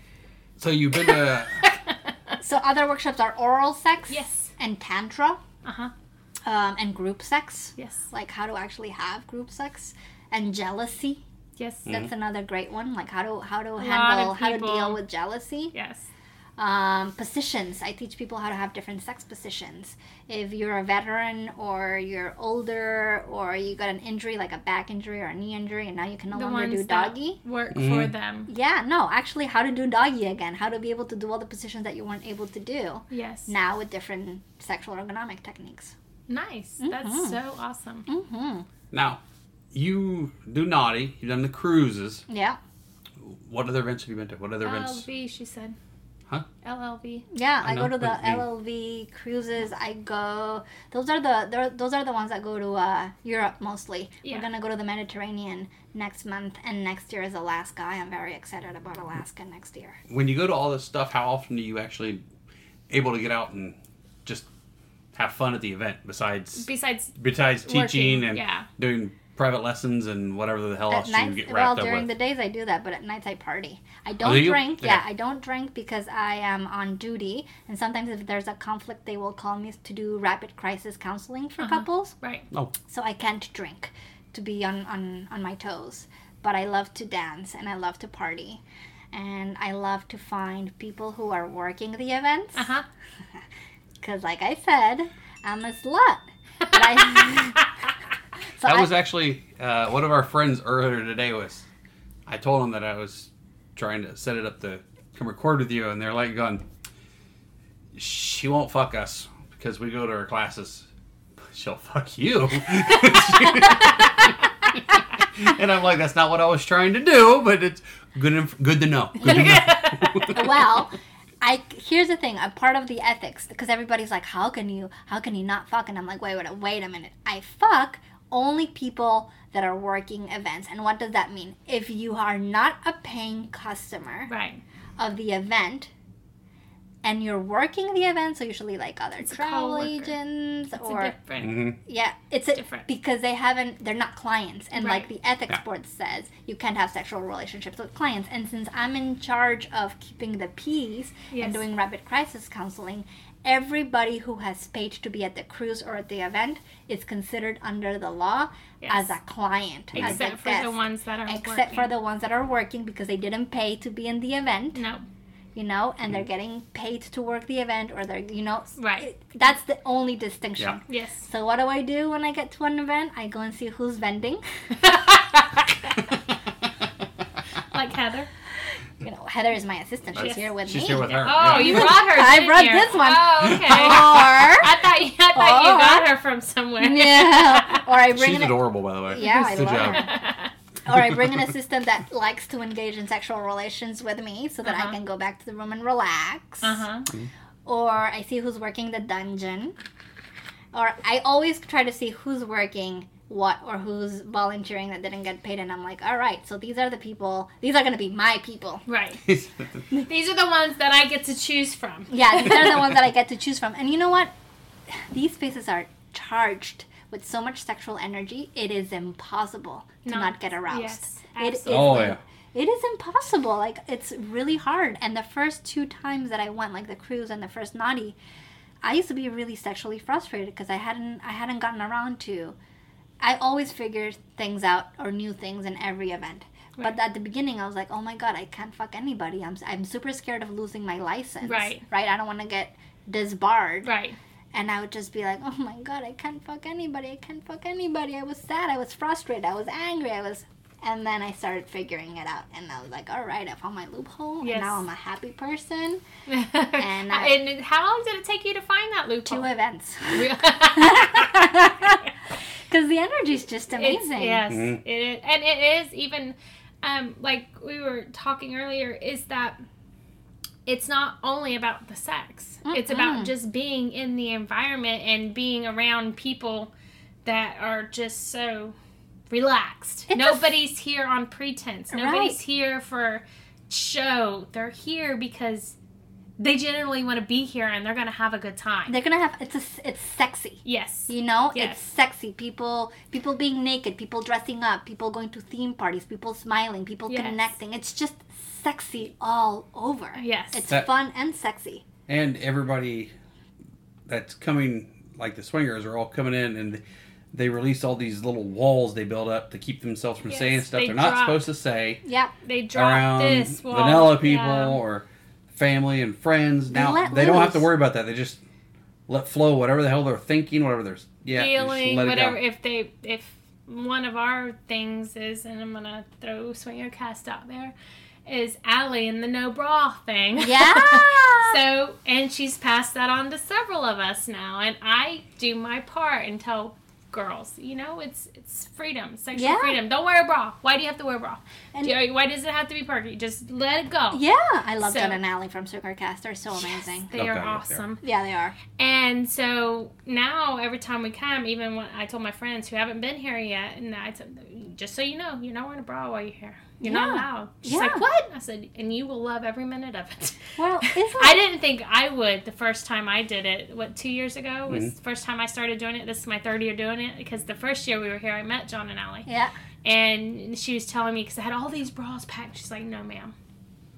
Speaker 4: So you've been to.
Speaker 5: so other workshops are oral sex
Speaker 3: Yes.
Speaker 5: and tantra
Speaker 3: Uh huh.
Speaker 5: um, and group sex
Speaker 3: Yes.
Speaker 5: like how to actually have group sex and jealousy
Speaker 3: Yes.
Speaker 4: Mm.
Speaker 5: That's another great one. Like how to how to
Speaker 3: Mm-hmm. lot
Speaker 5: handle
Speaker 3: of
Speaker 5: how to deal
Speaker 3: people-
Speaker 5: with jealousy.
Speaker 3: Yes.
Speaker 5: Um, positions. I teach people how to have different sex positions. If you're a veteran or you're older or you got an injury like a back injury or a knee injury and now you can no
Speaker 3: The
Speaker 5: longer do
Speaker 3: ones that-
Speaker 5: doggy.
Speaker 3: Work for
Speaker 4: Mhm.
Speaker 3: them.
Speaker 5: Yeah, no, actually how to do doggy again. How to be able to do all the positions that you weren't able to do
Speaker 3: Yes.
Speaker 5: now with different sexual ergonomic techniques.
Speaker 3: Nice.
Speaker 5: Mhm.
Speaker 3: That's so awesome.
Speaker 5: Mhm.
Speaker 4: now, you do naughty. You've done the cruises.
Speaker 5: Yeah.
Speaker 4: What other events have you been to? What other events?
Speaker 3: LLV, she said.
Speaker 4: Huh?
Speaker 3: LLV.
Speaker 5: Yeah,
Speaker 4: I
Speaker 5: I, go
Speaker 4: know
Speaker 5: to the
Speaker 4: what you mean.
Speaker 5: LLV cruises. I go. Those are the they're- those are the ones that go to uh, Europe mostly.
Speaker 3: Yeah.
Speaker 5: We're gonna go to the Mediterranean next month, and next year is Alaska. I am very excited about Alaska next year.
Speaker 4: When you go to all this stuff, how often are you actually able to get out and just have fun at the event? Besides,
Speaker 3: Besides
Speaker 4: besides
Speaker 3: Working,
Speaker 4: teaching and
Speaker 3: yeah.
Speaker 4: doing private lessons and whatever the hell
Speaker 5: At
Speaker 4: else you
Speaker 5: nights,
Speaker 4: get
Speaker 5: well,
Speaker 4: wrapped up
Speaker 5: during
Speaker 4: with. Oh,
Speaker 5: the days I do that, but at nights I party. I don't
Speaker 4: do you?
Speaker 5: drink. Yeah,
Speaker 4: Okay.
Speaker 5: I don't drink because I am on duty, and sometimes if there's a conflict, they will call me to do rapid crisis counseling for couples.
Speaker 3: right.
Speaker 4: Oh,
Speaker 5: so I can't drink to be on, on, on my toes. But I love to dance and I love to party. And I love to find people who are working the events.
Speaker 4: Ah.
Speaker 3: Uh huh.
Speaker 5: Because, like I said, I'm a slut. But I, so
Speaker 4: that
Speaker 5: I-
Speaker 4: was actually uh, one of our friends earlier today was i told him that i was trying to set it up to come record with you and they're like going she won't fuck us because we go to her classes she'll fuck you and i'm like that's not what i was trying to do but it's good inf- good to know good to know
Speaker 5: well i here's the thing a part of the ethics because everybody's like how can you how can you not fuck and i'm like wait wait wait a minute i fuck only people that are working events and what does that mean if you are not a paying customer
Speaker 3: Right.
Speaker 5: of the event and you're working the event, so usually like other
Speaker 3: a
Speaker 5: travel
Speaker 3: coworker.
Speaker 5: agents
Speaker 3: It's
Speaker 5: or
Speaker 3: a different.
Speaker 4: hmm
Speaker 5: yeah, it's a,
Speaker 3: different.
Speaker 5: because they haven't they're not clients and like
Speaker 3: Right.
Speaker 5: the ethics
Speaker 4: Yeah.
Speaker 5: board says you can't have sexual relationships with clients and since I'm in charge of keeping the peace
Speaker 3: Yes.
Speaker 5: and doing rapid crisis counseling, everybody who has paid to be at the cruise or at the event is considered under the law
Speaker 3: Yes.
Speaker 5: as a client as a
Speaker 3: Except for the
Speaker 5: guest.
Speaker 3: ones that are
Speaker 5: except for the ones that are working because they didn't pay to be in the event
Speaker 3: no.
Speaker 5: you know, and
Speaker 4: Mm-hmm.
Speaker 5: they're getting paid to work the event or they're, you know, s-
Speaker 3: Right.
Speaker 5: That's the only distinction.
Speaker 4: Yeah.
Speaker 3: Yes.
Speaker 5: So what do I do when I get to an event? I go and see who's vending.
Speaker 3: like Heather.
Speaker 5: You know, Heather is my assistant. She's
Speaker 3: Yes.
Speaker 5: here with
Speaker 4: She's
Speaker 5: me.
Speaker 4: here with her.
Speaker 3: Oh,
Speaker 4: yeah.
Speaker 3: you brought her.
Speaker 5: I
Speaker 3: didn't
Speaker 5: brought
Speaker 3: you?
Speaker 5: this one.
Speaker 3: Oh, okay.
Speaker 5: Or
Speaker 3: I thought you, I thought you got her from somewhere.
Speaker 5: Oh. yeah, or I bring
Speaker 4: She's
Speaker 5: an,
Speaker 4: adorable, by the way.
Speaker 5: Yeah, I
Speaker 4: Good
Speaker 5: love
Speaker 4: job.
Speaker 5: her. or I bring an assistant that likes to engage in sexual relations with me so that
Speaker 3: Uh-huh.
Speaker 5: I can go back to the room and relax.
Speaker 3: uh huh.
Speaker 5: or I see who's working the dungeon. Or I always try to see who's working what or who's volunteering that didn't get paid, and I'm like, all right, so these are the people. These are gonna be my people.
Speaker 3: Right. These are the ones that I get to choose from.
Speaker 5: Yeah, these are the ones that I get to choose from. And you know what? These spaces are charged with so much sexual energy. It is impossible to
Speaker 3: No.
Speaker 5: not, get aroused.
Speaker 3: Yes,
Speaker 5: It is
Speaker 3: absolutely.
Speaker 4: Oh, yeah.
Speaker 5: It is impossible. Like it's really hard. And the first two times that I went, like the cruise and the first naughty, I used to be really sexually frustrated because I hadn't I hadn't gotten around to. I always figured things out or new things in every event.
Speaker 3: Right.
Speaker 5: But at the beginning, I was like, "Oh my god, I can't fuck anybody. I'm I'm super scared of losing my license.
Speaker 3: Right.
Speaker 5: Right. I don't want to get disbarred.
Speaker 3: Right.
Speaker 5: And I would just be like, "Oh my god, I can't fuck anybody. I can't fuck anybody. I was sad. I was frustrated. I was angry. I was." And then I started figuring it out, and I was like, "All right, I found my loophole.
Speaker 3: Yes.
Speaker 5: And now I'm a happy person.
Speaker 3: and,
Speaker 5: I-
Speaker 3: how long did it take you to find that
Speaker 5: Two
Speaker 3: loophole?
Speaker 5: events,
Speaker 3: It's-
Speaker 5: because the energy is just amazing.
Speaker 3: yes,
Speaker 4: Mhm.
Speaker 3: it is, and it is even um, like we were talking earlier. Is that it's not only about the sex; it's about
Speaker 5: Mm-mm.
Speaker 3: just being in the environment and being around people that are just so relaxed.
Speaker 5: It's a-
Speaker 3: Nobody's here on pretense. Nobody's
Speaker 5: Right.
Speaker 3: here for show. They're here because they generally want to be here and they're going to have a good time.
Speaker 5: They're gonna have it's a, it's sexy.
Speaker 3: yes.
Speaker 5: You know,
Speaker 3: Yes.
Speaker 5: it's sexy. People people being naked, people dressing up, people going to theme parties, people smiling, people
Speaker 3: Yes.
Speaker 5: connecting. It's just sexy all over.
Speaker 3: Yes.
Speaker 5: It's
Speaker 4: That-
Speaker 5: fun and sexy.
Speaker 4: and everybody that's coming like the swingers are all coming in and they release all these little walls they build up to keep themselves from
Speaker 3: Yes,
Speaker 4: saying stuff
Speaker 3: they
Speaker 4: they are not
Speaker 3: drop
Speaker 4: supposed to say
Speaker 5: Yeah.
Speaker 3: They drop
Speaker 4: around
Speaker 3: this wall.
Speaker 4: vanilla people
Speaker 3: Yeah.
Speaker 4: or family and friends now
Speaker 5: let
Speaker 4: they don't have to
Speaker 5: loose.
Speaker 4: worry about that they just let flow whatever the hell they're thinking whatever they're yeah they just
Speaker 3: feeling,
Speaker 4: let it
Speaker 3: whatever.
Speaker 4: go.
Speaker 3: If they, if one of our things is, and I'm gonna throw Swinger Cast out there, is Allie and the no bra thing.
Speaker 5: Yeah.
Speaker 3: so, and she's passed that on to several of us now, and I do my part and tell girls, you know, it's it's freedom, sexual
Speaker 5: Yeah.
Speaker 3: freedom. Don't wear a bra. Why do you have to wear a bra?
Speaker 5: And-
Speaker 3: Do- why does it have to be perky? Just let it go.
Speaker 5: yeah. I love
Speaker 3: So-
Speaker 5: John and Allie from Sugarcast. They're so amazing.
Speaker 3: They
Speaker 4: Okay,
Speaker 3: are
Speaker 4: yeah, they are.
Speaker 3: awesome.
Speaker 5: Yeah, they are.
Speaker 3: And so now every time we come, even when I told my friends who haven't been here yet, and I told them, just so you know, you're not wearing a bra while you're here. You're not
Speaker 5: Yeah.
Speaker 3: allowed. She's
Speaker 5: Yeah.
Speaker 3: like, what? I said, and you will love every minute of it.
Speaker 5: Well, isn't
Speaker 3: I didn't think I would the first time I did it. What two years ago was the first time I started doing it. This is my third year doing it because the first year we were here, I met John and Allie,
Speaker 5: Yeah.
Speaker 3: and she was telling me because I had all these bras packed. She's like, no, ma'am,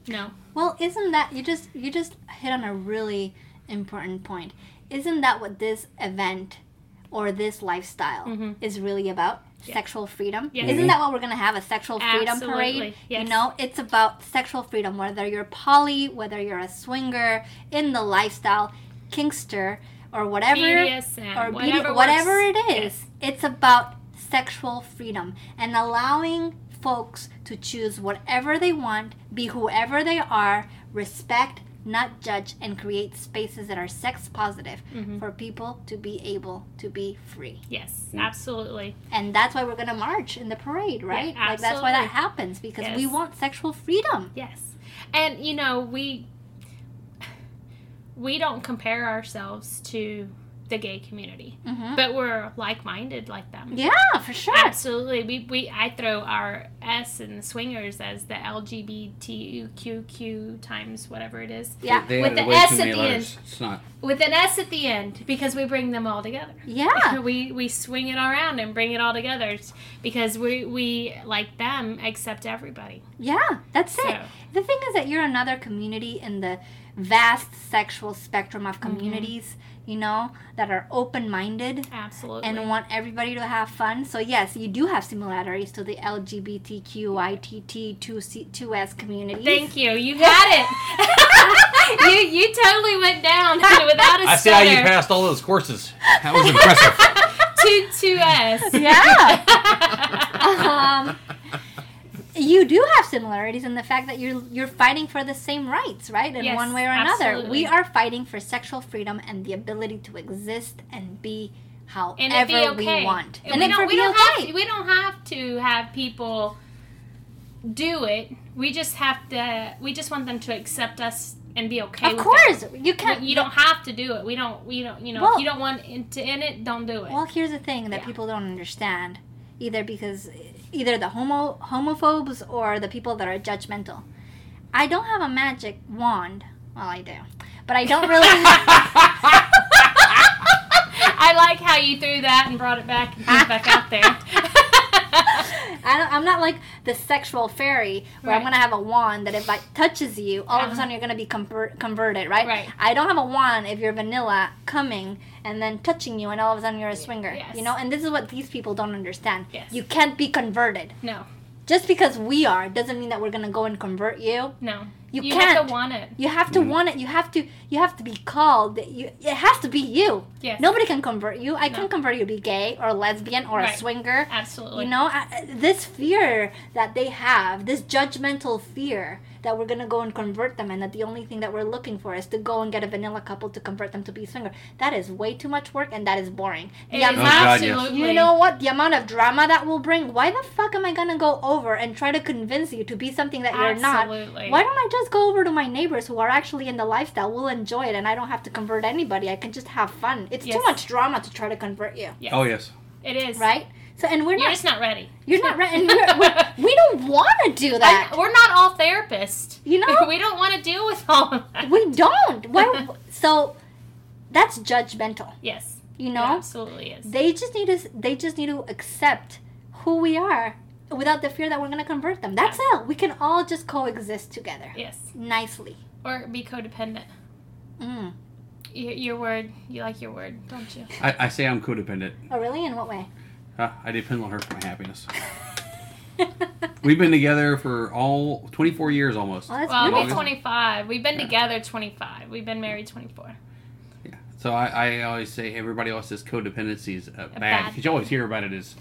Speaker 3: no.
Speaker 5: Well, isn't that you just you just hit on a really important point? Isn't that what this event or this lifestyle
Speaker 3: Mhm.
Speaker 5: is really about?
Speaker 3: Yeah.
Speaker 5: Sexual freedom.
Speaker 3: Yes.
Speaker 5: Isn't that what we're gonna have a sexual freedom
Speaker 3: Absolutely,
Speaker 5: parade?
Speaker 3: yes.
Speaker 5: You know, it's about sexual freedom. Whether you're poly, whether you're a swinger in the lifestyle, kinkster, or whatever,
Speaker 3: BDSM, whatever,
Speaker 5: or whatever, whatever
Speaker 3: works.
Speaker 5: it is,
Speaker 3: Yes.
Speaker 5: it's about sexual freedom and allowing folks to choose whatever they want, be whoever they are, respect, not judge, and create spaces that are sex positive
Speaker 3: Mm-hmm.
Speaker 5: for people to be able to be free.
Speaker 3: Yes, absolutely.
Speaker 5: And that's why we're gonna march in the parade, right? like that's why
Speaker 3: absolutely.
Speaker 5: that happens because we
Speaker 3: Yes.
Speaker 5: want sexual freedom.
Speaker 3: Yes. And you know, we we don't compare ourselves to the gay community,
Speaker 5: Mhm.
Speaker 3: but we're like minded like them.
Speaker 5: Yeah, for sure.
Speaker 3: Absolutely. We, we I throw our S in the swingers as the LGBTQQ times whatever it is.
Speaker 5: Yeah.
Speaker 4: They
Speaker 3: With
Speaker 4: added
Speaker 3: the
Speaker 4: way
Speaker 3: S
Speaker 4: too
Speaker 3: at
Speaker 4: many
Speaker 3: the
Speaker 4: letters. It's not.
Speaker 3: With an S at the end because we bring them all together.
Speaker 5: Yeah.
Speaker 3: We we swing it around and bring it all together It's because we we like them accept everybody.
Speaker 5: Yeah. That's it.
Speaker 3: So
Speaker 5: The thing is that you're another community in the vast sexual spectrum
Speaker 3: Mm-hmm.
Speaker 5: of communities, you know, that are open minded
Speaker 3: absolutely.
Speaker 5: and want everybody to have fun. So, yes, you do have similarities to the LGBTQITT2S community.
Speaker 3: Thank you. You had it. you you totally went down without a
Speaker 4: I see how
Speaker 3: stutter
Speaker 4: you passed all those courses. That was impressive.
Speaker 3: to to us.
Speaker 5: Yeah. um, you do have similarities in the fact that you're you're fighting for the same rights, right? In
Speaker 3: Yes,
Speaker 5: one way or another,
Speaker 3: absolutely.
Speaker 5: we are fighting for sexual freedom and the ability to exist and be however
Speaker 3: and it'd be okay.
Speaker 5: we want,
Speaker 3: And, we
Speaker 5: it
Speaker 3: don't,
Speaker 5: would
Speaker 3: we
Speaker 5: be
Speaker 3: don't have to, we don't have to have people do it. We just have to. We just want them to accept us and be okay.
Speaker 5: of
Speaker 3: with
Speaker 5: course, you
Speaker 3: It.
Speaker 5: can't.
Speaker 3: You don't have to do it. We don't. We don't. You know.
Speaker 5: Well-
Speaker 3: if you don't want in- to end it, don't do it.
Speaker 5: Well, here's the thing that
Speaker 3: Yeah.
Speaker 5: people don't understand, either because either the homo homophobes or the people that are judgmental. I don't have a magic wand. Well, I do, but I don't really.
Speaker 3: I like how you threw that and brought it back and put it back out there.
Speaker 5: I don't, I'm not like the sexual fairy where I'm
Speaker 3: Right.
Speaker 5: gonna have a wand that if it touches you, all of a
Speaker 3: Uh-huh.
Speaker 5: sudden you're gonna be convert, converted, right?
Speaker 3: Right.
Speaker 5: I don't have a wand if you're vanilla coming and then touching you, and all of a sudden you're a swinger.
Speaker 3: Yes.
Speaker 5: You know, and this is what these people don't understand.
Speaker 3: Yes.
Speaker 5: You can't be converted.
Speaker 3: no,
Speaker 5: Just because we are doesn't mean that we're gonna go and convert you.
Speaker 3: no.
Speaker 5: You
Speaker 3: have
Speaker 5: can't.
Speaker 3: to want it.
Speaker 5: You have to want it. You have to. You have to be called. You, it has to be you.
Speaker 3: Yes.
Speaker 5: Nobody can convert you. I
Speaker 3: No.
Speaker 5: can convert you to be gay or lesbian or a
Speaker 3: Right.
Speaker 5: swinger.
Speaker 3: Absolutely.
Speaker 5: You know, I- I- this fear that they have, this judgmental fear that we're gonna go and convert them, and that the only thing that we're looking for is to go and get a vanilla couple to convert them to be swinger. That is way too much work, and that is boring.
Speaker 3: It
Speaker 5: The
Speaker 3: is
Speaker 5: amount-
Speaker 4: God, yes.
Speaker 3: absolutely.
Speaker 5: you know what? The amount of drama that will bring. Why the fuck am I gonna go over and try to convince you to be something that you're
Speaker 3: Absolutely.
Speaker 5: not? Why don't I just go over to my neighbors who are actually in the lifestyle? We'll enjoy it, and I don't have to convert anybody. I can just have fun. It's too
Speaker 3: Yes.
Speaker 5: much drama to try to convert you,
Speaker 3: Yes.
Speaker 4: Oh yes.
Speaker 3: It is
Speaker 5: right? So, and we're
Speaker 3: You're
Speaker 5: not
Speaker 3: just not ready.
Speaker 5: you're not right. And we're, we're, we don't want to do
Speaker 3: I-
Speaker 5: that.
Speaker 3: we're not all therapists.
Speaker 5: You know?
Speaker 3: we don't want to deal with all of that.
Speaker 5: We don't. Why? So that's judgmental.
Speaker 3: yes,
Speaker 5: You
Speaker 3: it
Speaker 5: know,
Speaker 3: absolutely is.
Speaker 5: they just need us. They just need to accept who we are without the fear that we're gonna convert them. That's it. We can all just coexist together
Speaker 3: yes,
Speaker 5: nicely.
Speaker 3: or be codependent.
Speaker 5: Mm.
Speaker 3: Your, your word, you like your word, don't you?
Speaker 4: I, I say I'm codependent.
Speaker 5: Oh, really? In what way?
Speaker 4: Huh, I depend on her for my happiness. We've been together for all 24 years almost.
Speaker 5: Well, that's
Speaker 3: Well,
Speaker 5: beautiful.
Speaker 3: we're 25. We've been
Speaker 4: Yeah.
Speaker 3: together 25. We've been married 24.
Speaker 4: Yeah. So I, I always say everybody always says codependency is uh, bad
Speaker 3: bad
Speaker 4: because you always hear about it as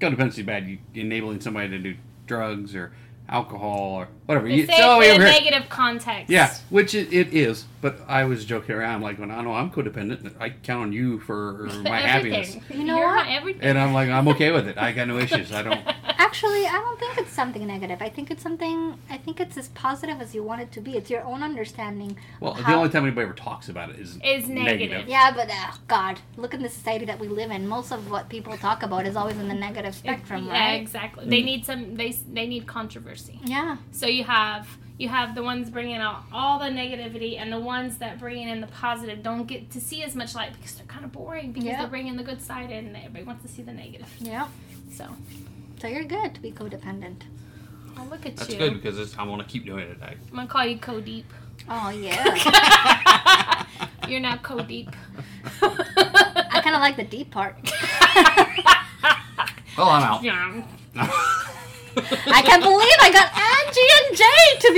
Speaker 4: codependency is bad. You enabling somebody to do drugs or alcohol or whatever.
Speaker 3: They
Speaker 4: You,
Speaker 3: say
Speaker 4: so
Speaker 3: it
Speaker 4: over
Speaker 3: in a
Speaker 4: here-
Speaker 3: negative context.
Speaker 4: Yeah, which it, it is. But I was joking around like when I know I'm codependent, I count on you for my happiness.
Speaker 3: everything.
Speaker 5: You know
Speaker 3: You're
Speaker 5: what?
Speaker 3: my everything.
Speaker 4: And I'm like, I'm okay with it. I got no issues. I don't.
Speaker 5: Actually, I don't think it's something negative. I think it's something. I think it's as positive as you want it to be. It's your own understanding
Speaker 4: Well, the
Speaker 5: How-
Speaker 4: only time anybody ever talks about it is
Speaker 3: Is negative.
Speaker 5: Yeah, but uh, God, look at the society that we live in. Most of what people talk about is always in the negative spectrum,
Speaker 3: yeah,
Speaker 5: right?
Speaker 3: exactly.
Speaker 4: Mm.
Speaker 3: They need some. They they need controversy.
Speaker 5: Yeah,
Speaker 3: So you have you have the ones bringing out all the negativity, and the ones that bringing in the positive don't get to see as much light because they're kind of boring because
Speaker 5: Yeah.
Speaker 3: they're bringing the good side in, and everybody wants to see the negative.
Speaker 5: yeah.
Speaker 3: So,
Speaker 5: So you're good to be codependent.
Speaker 3: oh look at
Speaker 4: That's
Speaker 3: you.
Speaker 4: good because it's, I want to keep doing it. I,
Speaker 3: I'm gonna call you Co Deep.
Speaker 5: Oh yeah.
Speaker 3: You're now Co Deep.
Speaker 5: I kind of like the deep part.
Speaker 4: well, I'm out.
Speaker 3: Yeah.
Speaker 5: I can't believe I got Angie and Jay to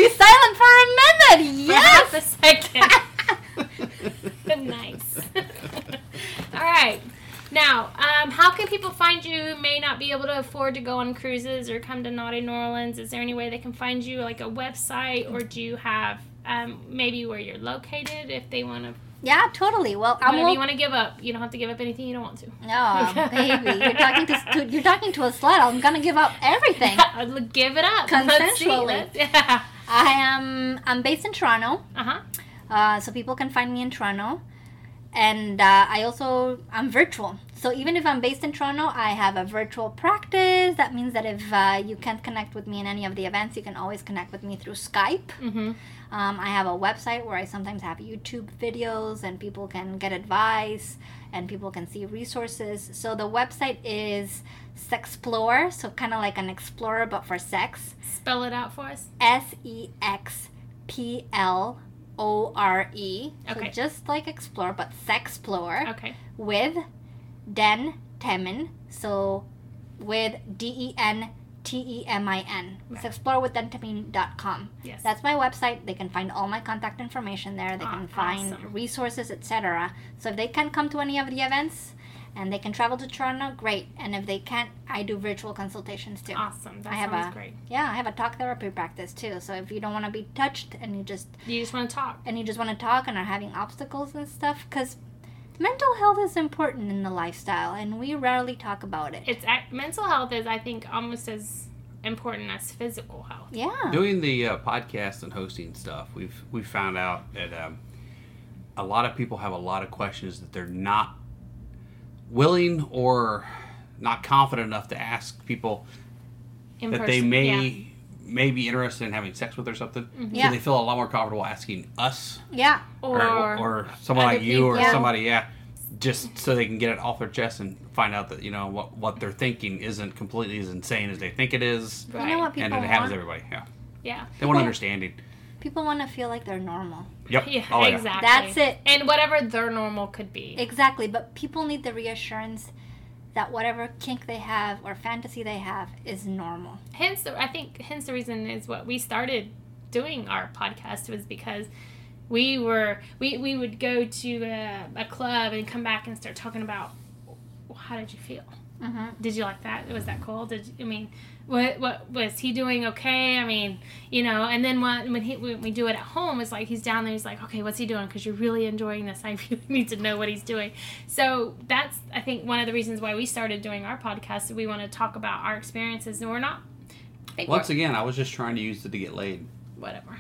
Speaker 5: be silent for a minute.
Speaker 3: Half a
Speaker 5: Yes.
Speaker 3: second. nice. All right. Now, um, how can people find you who may not be able to afford to go on cruises or come to Naughty New Orleans? Is there any way they can find you, like a website, or do you have um, maybe where you're located if they want to?
Speaker 5: yeah, totally. Well, I'm.
Speaker 3: Whatever
Speaker 5: all-
Speaker 3: you want to give up, you don't have to give up anything you don't want to.
Speaker 5: Oh, baby, you're talking to, to you're talking to a slut. I'm gonna give up everything.
Speaker 3: Uh, give it up. Let's see.
Speaker 5: Consensually.
Speaker 3: Let's- Yeah.
Speaker 5: I am. I'm based in Toronto.
Speaker 3: Uh huh.
Speaker 5: Uh, so people can find me in Toronto. and uh, I also I'm virtual. So even if I'm based in Toronto, I have a virtual practice. That means that if uh, you can't connect with me in any of the events, you can always connect with me through Skype.
Speaker 3: Mm-hmm.
Speaker 5: Um, I have a website where I sometimes have YouTube videos and people can get advice and people can see resources. So the website is Sexplorer, so kind of like an explorer but for sex.
Speaker 3: Spell it out for us.
Speaker 5: S E X P L O R E.
Speaker 3: Okay.
Speaker 5: So just like explore but Sexplorer
Speaker 3: Okay.
Speaker 5: with Den Temin. So with D E N T E M I N. It's explore with dentemin.com.
Speaker 3: Yes.
Speaker 5: That's my website. They can find all my contact information there. They
Speaker 3: Aw,
Speaker 5: can find
Speaker 3: Ah, awesome.
Speaker 5: resources, etc. So if they can come to any of the events and they can travel to Toronto, great. And if they can't, I do virtual consultations too.
Speaker 3: awesome. That
Speaker 5: I have
Speaker 3: sounds
Speaker 5: a-
Speaker 3: great.
Speaker 5: Yeah, I have a talk therapy practice too. So if you don't want to be touched and you just
Speaker 3: You just want to talk.
Speaker 5: and you just want to talk and are having obstacles and stuff cuz mental health is important in the lifestyle and we rarely talk about it.
Speaker 3: It's ac- mental health is I think almost as important as physical health.
Speaker 5: Yeah.
Speaker 4: Doing the uh, podcast and hosting stuff, we've we found out that um, a lot of people have a lot of questions that they're not willing or not confident enough to ask people
Speaker 3: In
Speaker 4: that
Speaker 3: person.
Speaker 4: they may
Speaker 3: Yeah.
Speaker 4: may be interested in having sex with or something. So
Speaker 5: Yeah.
Speaker 4: they feel a lot more comfortable asking us
Speaker 5: Yeah.
Speaker 3: Or,
Speaker 4: or someone
Speaker 3: other
Speaker 4: like you or
Speaker 3: people.
Speaker 4: somebody, yeah, just so they can get it off their chest and find out that you know what what they're thinking isn't completely as insane as they think it is,
Speaker 3: Right.
Speaker 5: You know what people
Speaker 4: and it happens to
Speaker 5: want?
Speaker 4: everybody. Yeah,
Speaker 3: yeah.
Speaker 4: they want understanding.
Speaker 5: People want to feel like they're normal.
Speaker 4: Yep.
Speaker 3: Yeah,
Speaker 4: Oh, yeah.
Speaker 3: exactly.
Speaker 5: That's it.
Speaker 3: And whatever their normal could be.
Speaker 5: Exactly, but people need the reassurance that whatever kink they have or fantasy they have is normal.
Speaker 3: hence the, i think hence the reason is what we started doing our podcast was because we were we, we would go to a, a club and come back and start talking about "Well, how did you feel
Speaker 5: Mhm.
Speaker 3: did you like that was that cool did you, i mean what what was he doing okay i mean you know and then when when, he, when we do it at home it's like he's down there he's like okay what's he doing because you're really enjoying this i really need to know what he's doing so that's i think one of the reasons why we started doing our podcast we want to talk about our experiences and we're not I think
Speaker 4: Once again, I was just trying to use it to get laid.
Speaker 3: we're- whatever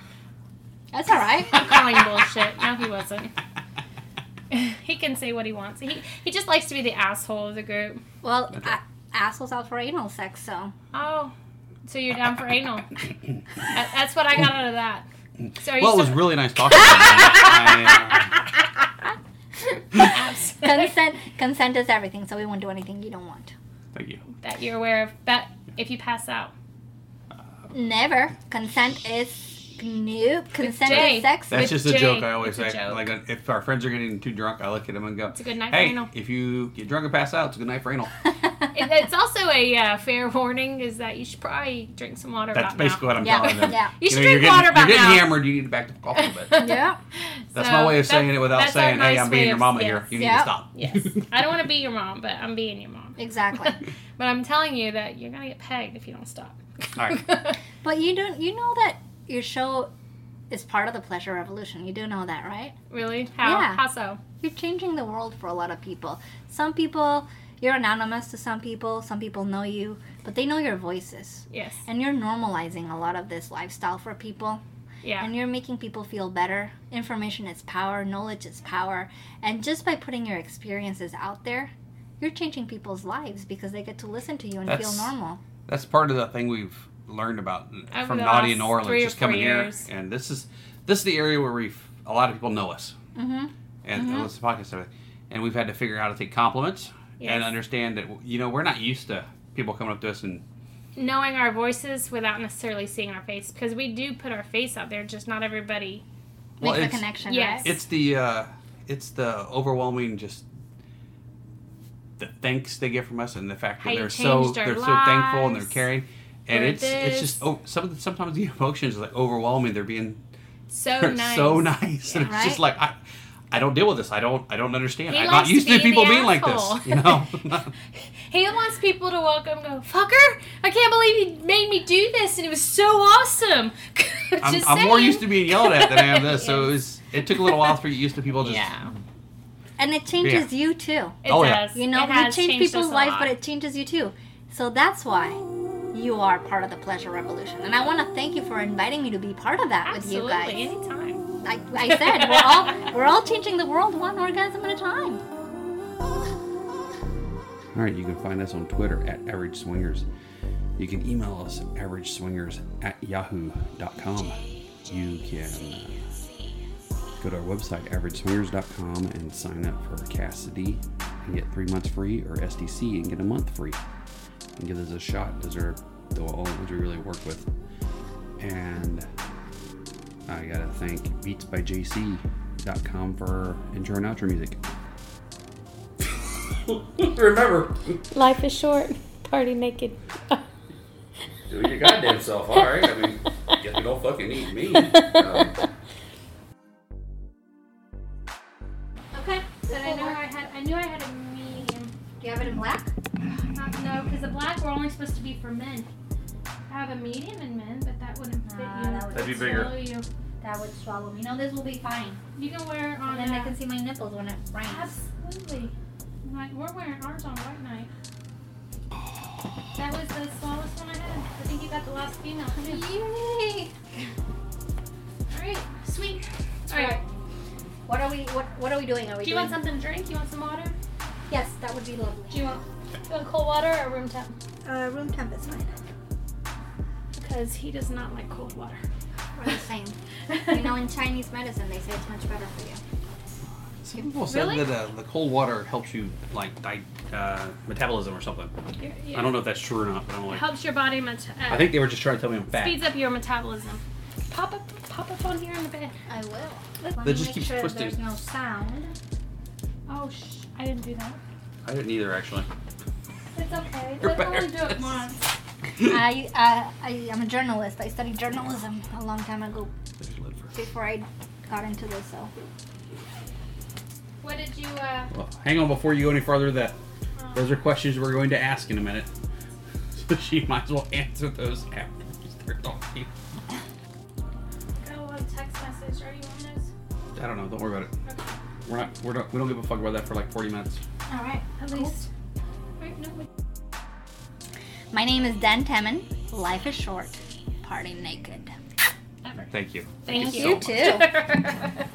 Speaker 5: That's all right.
Speaker 3: I'm calling bullshit. No, he wasn't. he can say what he wants. He he just likes to be the asshole of the group.
Speaker 5: Well,
Speaker 4: Okay.
Speaker 5: a- assholes out for anal sex, so
Speaker 3: Oh, so you're down for anal? That- that's what I got out of that. So are you
Speaker 4: Well, it was
Speaker 3: still-
Speaker 4: really nice talking to you. I, uh,
Speaker 3: Abs-
Speaker 5: consent consent is everything. So we won't do anything you don't want.
Speaker 4: uh, thank you.
Speaker 3: that you're aware of. That if you pass out,
Speaker 5: Never. Consent is nope. Consent
Speaker 3: Jay.
Speaker 5: is sex.
Speaker 3: With
Speaker 4: That's just a
Speaker 3: Jay,
Speaker 4: joke I always
Speaker 3: it's a
Speaker 4: say.
Speaker 3: joke.
Speaker 4: Like, uh, if our friends are getting too drunk, I look at them and go,
Speaker 3: It's a good night for
Speaker 4: hey,
Speaker 3: anal."
Speaker 4: if you get drunk and pass out, it's a good night for anal.
Speaker 3: it, it's also a uh, fair warning is that you should probably drink some water.
Speaker 4: That's
Speaker 3: about
Speaker 4: basically
Speaker 3: now.
Speaker 4: what I'm
Speaker 5: Yeah.
Speaker 4: telling them.
Speaker 5: Yeah.
Speaker 3: You should
Speaker 4: know,
Speaker 3: drink
Speaker 4: getting,
Speaker 3: water about
Speaker 4: You're getting
Speaker 3: now.
Speaker 4: hammered, you need to back the fuck off a little bit.
Speaker 5: yeah.
Speaker 4: That's
Speaker 3: So
Speaker 4: my way of saying
Speaker 3: that's-
Speaker 4: it without
Speaker 3: that's our
Speaker 4: saying, hey,
Speaker 3: nice
Speaker 4: I'm being
Speaker 3: way
Speaker 4: your
Speaker 3: of-
Speaker 4: mama
Speaker 3: yes.
Speaker 4: here. You need
Speaker 5: Yeah.
Speaker 4: to stop.
Speaker 3: Yes, I don't want to be your mom, but I'm being your mom.
Speaker 5: Exactly.
Speaker 3: But I'm telling you that you're gonna get pegged if you don't stop.
Speaker 4: All right.
Speaker 5: but you don't. You know that your show is part of the pleasure revolution. You do know that, right?
Speaker 3: really? How?
Speaker 5: Yeah.
Speaker 3: How so?
Speaker 5: You're changing the world for a lot of people. Some people, you're anonymous to some people. Some people know you, but they know your voices.
Speaker 3: Yes.
Speaker 5: And you're normalizing a lot of this lifestyle for people.
Speaker 3: Yeah.
Speaker 5: And you're making people feel better. Information is power, knowledge is power. And just by putting your experiences out there, you're changing people's lives because they get to listen to you and
Speaker 4: That's-
Speaker 5: feel normal.
Speaker 4: That's part of the thing we've learned about
Speaker 3: Over
Speaker 4: from
Speaker 3: the
Speaker 4: Naughty and New
Speaker 3: last
Speaker 4: Orleans,
Speaker 3: three or
Speaker 4: just coming
Speaker 3: four
Speaker 4: here.
Speaker 3: years.
Speaker 4: And this is this is the area where we a lot of people know us.
Speaker 3: Mm-hmm.
Speaker 5: hmm
Speaker 4: and and listen to podcasts and everything. And we've had to figure out how to take compliments
Speaker 3: Yes.
Speaker 4: and understand that you know we're not used to people coming up to us and
Speaker 3: knowing our voices without necessarily seeing our face because we do put our face out there just not everybody
Speaker 4: well,
Speaker 5: Makes the
Speaker 4: it's-
Speaker 5: connection.
Speaker 3: Yes.
Speaker 5: Right?
Speaker 4: it's the uh, it's the overwhelming just the thanks they get from us and the fact
Speaker 3: How
Speaker 4: that
Speaker 3: you
Speaker 4: they're so
Speaker 3: changed our
Speaker 4: they're so thankful and they're
Speaker 3: lives.
Speaker 4: caring. And
Speaker 3: We're
Speaker 4: it's
Speaker 3: this.
Speaker 4: it's just oh, some of the, sometimes the emotions are like overwhelming. They're being
Speaker 3: so
Speaker 4: they're
Speaker 3: Oh, nice
Speaker 4: so nice, and it's
Speaker 5: Yeah.
Speaker 4: just like I, I don't deal with this. I don't I don't understand.
Speaker 3: He
Speaker 4: I'm not
Speaker 3: likes
Speaker 4: used to
Speaker 3: being
Speaker 4: people
Speaker 3: the
Speaker 4: being like this. You know,
Speaker 3: asshole. he wants people to walk up and go fucker i can't believe you made me do this and it was so awesome
Speaker 4: I'm,
Speaker 3: Just
Speaker 4: I'm more
Speaker 3: saying.
Speaker 4: used to being yelled at than I am this. So it was. It took a little while for you used to people just.
Speaker 3: yeah
Speaker 5: And it changes you too.
Speaker 3: it
Speaker 4: Oh, yeah.
Speaker 3: does
Speaker 5: You know,
Speaker 3: It
Speaker 5: you
Speaker 3: has
Speaker 5: change
Speaker 3: changed us
Speaker 5: people's
Speaker 3: a
Speaker 5: life,
Speaker 3: lot.
Speaker 5: but it changes you too. So that's why you are part of the pleasure revolution. And I want to thank you for inviting me to be part of that with you
Speaker 3: absolutely
Speaker 5: guys.
Speaker 3: anytime
Speaker 5: I, I said we're all we're all changing the world one orgasm at a time.
Speaker 4: All right, you can find us on Twitter at Average Swingers. You can email us average swingers at yahoo.com. You can uh, go to our website, averageswingers.com, and sign up for Cassidy and get three months free, or SDC and get a month free. And give us a shot. Those are the all the ones we really work with. And I gotta thank beatsbyjc.com for intro and outro music.
Speaker 1: Remember,
Speaker 2: Life is short. Party naked.
Speaker 1: do your goddamn self. All right. I mean, you don't fucking eat me. Um,
Speaker 5: Okay.
Speaker 3: But I know I had I knew I had a medium.
Speaker 5: Do you have it in black?
Speaker 3: Not no, because the black were only supposed to be for men. I have a medium in men, but that wouldn't fit
Speaker 5: Nah,
Speaker 3: you.
Speaker 5: Ah, that would- That'd
Speaker 4: be bigger.
Speaker 3: Swallow You.
Speaker 5: That would swallow me. No, this will be fine.
Speaker 3: you can wear it on.
Speaker 5: And then I
Speaker 3: a-
Speaker 5: can see my nipples when it rains.
Speaker 3: Absolutely. Like we're wearing ours on white night. That was the smallest one I had. I think you got the last female. Come here.
Speaker 5: Yay!
Speaker 3: All right, sweet. All
Speaker 5: All
Speaker 3: right.
Speaker 5: right. What are we? What What are we doing? Are we
Speaker 3: Do you
Speaker 5: doing?
Speaker 3: want something to drink? You want some water?
Speaker 5: yes, that would be lovely.
Speaker 3: Do you want, you want cold water or room temp?
Speaker 5: Uh, room temp is fine.
Speaker 3: Because he does not like cold water.
Speaker 5: We're the same. you know, in Chinese medicine, they say it's much better for you.
Speaker 4: Some people said
Speaker 3: Really?
Speaker 4: that uh, the cold water helps you like di- uh, metabolism or something.
Speaker 3: You're-
Speaker 4: I don't know if that's true or not, but I'm
Speaker 3: It
Speaker 4: like,
Speaker 3: helps your body met- uh,
Speaker 4: I think they were just trying to tell me I'm fat.
Speaker 3: speeds up your metabolism. Pop up, pop up on here in the bed.
Speaker 5: I will. Let
Speaker 4: That
Speaker 5: me
Speaker 4: just
Speaker 5: make
Speaker 4: keeps
Speaker 5: sure that
Speaker 4: twisting.
Speaker 5: There's no sound.
Speaker 3: Oh shh, I didn't do that.
Speaker 4: I didn't either actually.
Speaker 3: It's okay.
Speaker 4: You're
Speaker 3: Let's only do it
Speaker 4: embarrassed.
Speaker 3: once.
Speaker 5: I, uh, I I'm a journalist. I studied journalism a long time ago
Speaker 4: There's lid for-
Speaker 5: before I got into this. So
Speaker 3: What did you? uh...
Speaker 4: Well, hang on before you go any farther. That those are questions we're going to ask in a minute, so she might as well answer those after we start talking.
Speaker 3: Go on text message. Are you on those?
Speaker 4: I don't know. Don't worry about it. We're not. We're not. We don't give a fuck about that for like 40 minutes.
Speaker 5: all right,
Speaker 3: At least. Right, no, wait.
Speaker 5: My name is Dan Temin. Life is short. Party naked.
Speaker 4: Thank you.
Speaker 3: Thank
Speaker 5: you
Speaker 4: so much.
Speaker 5: too.
Speaker 3: you.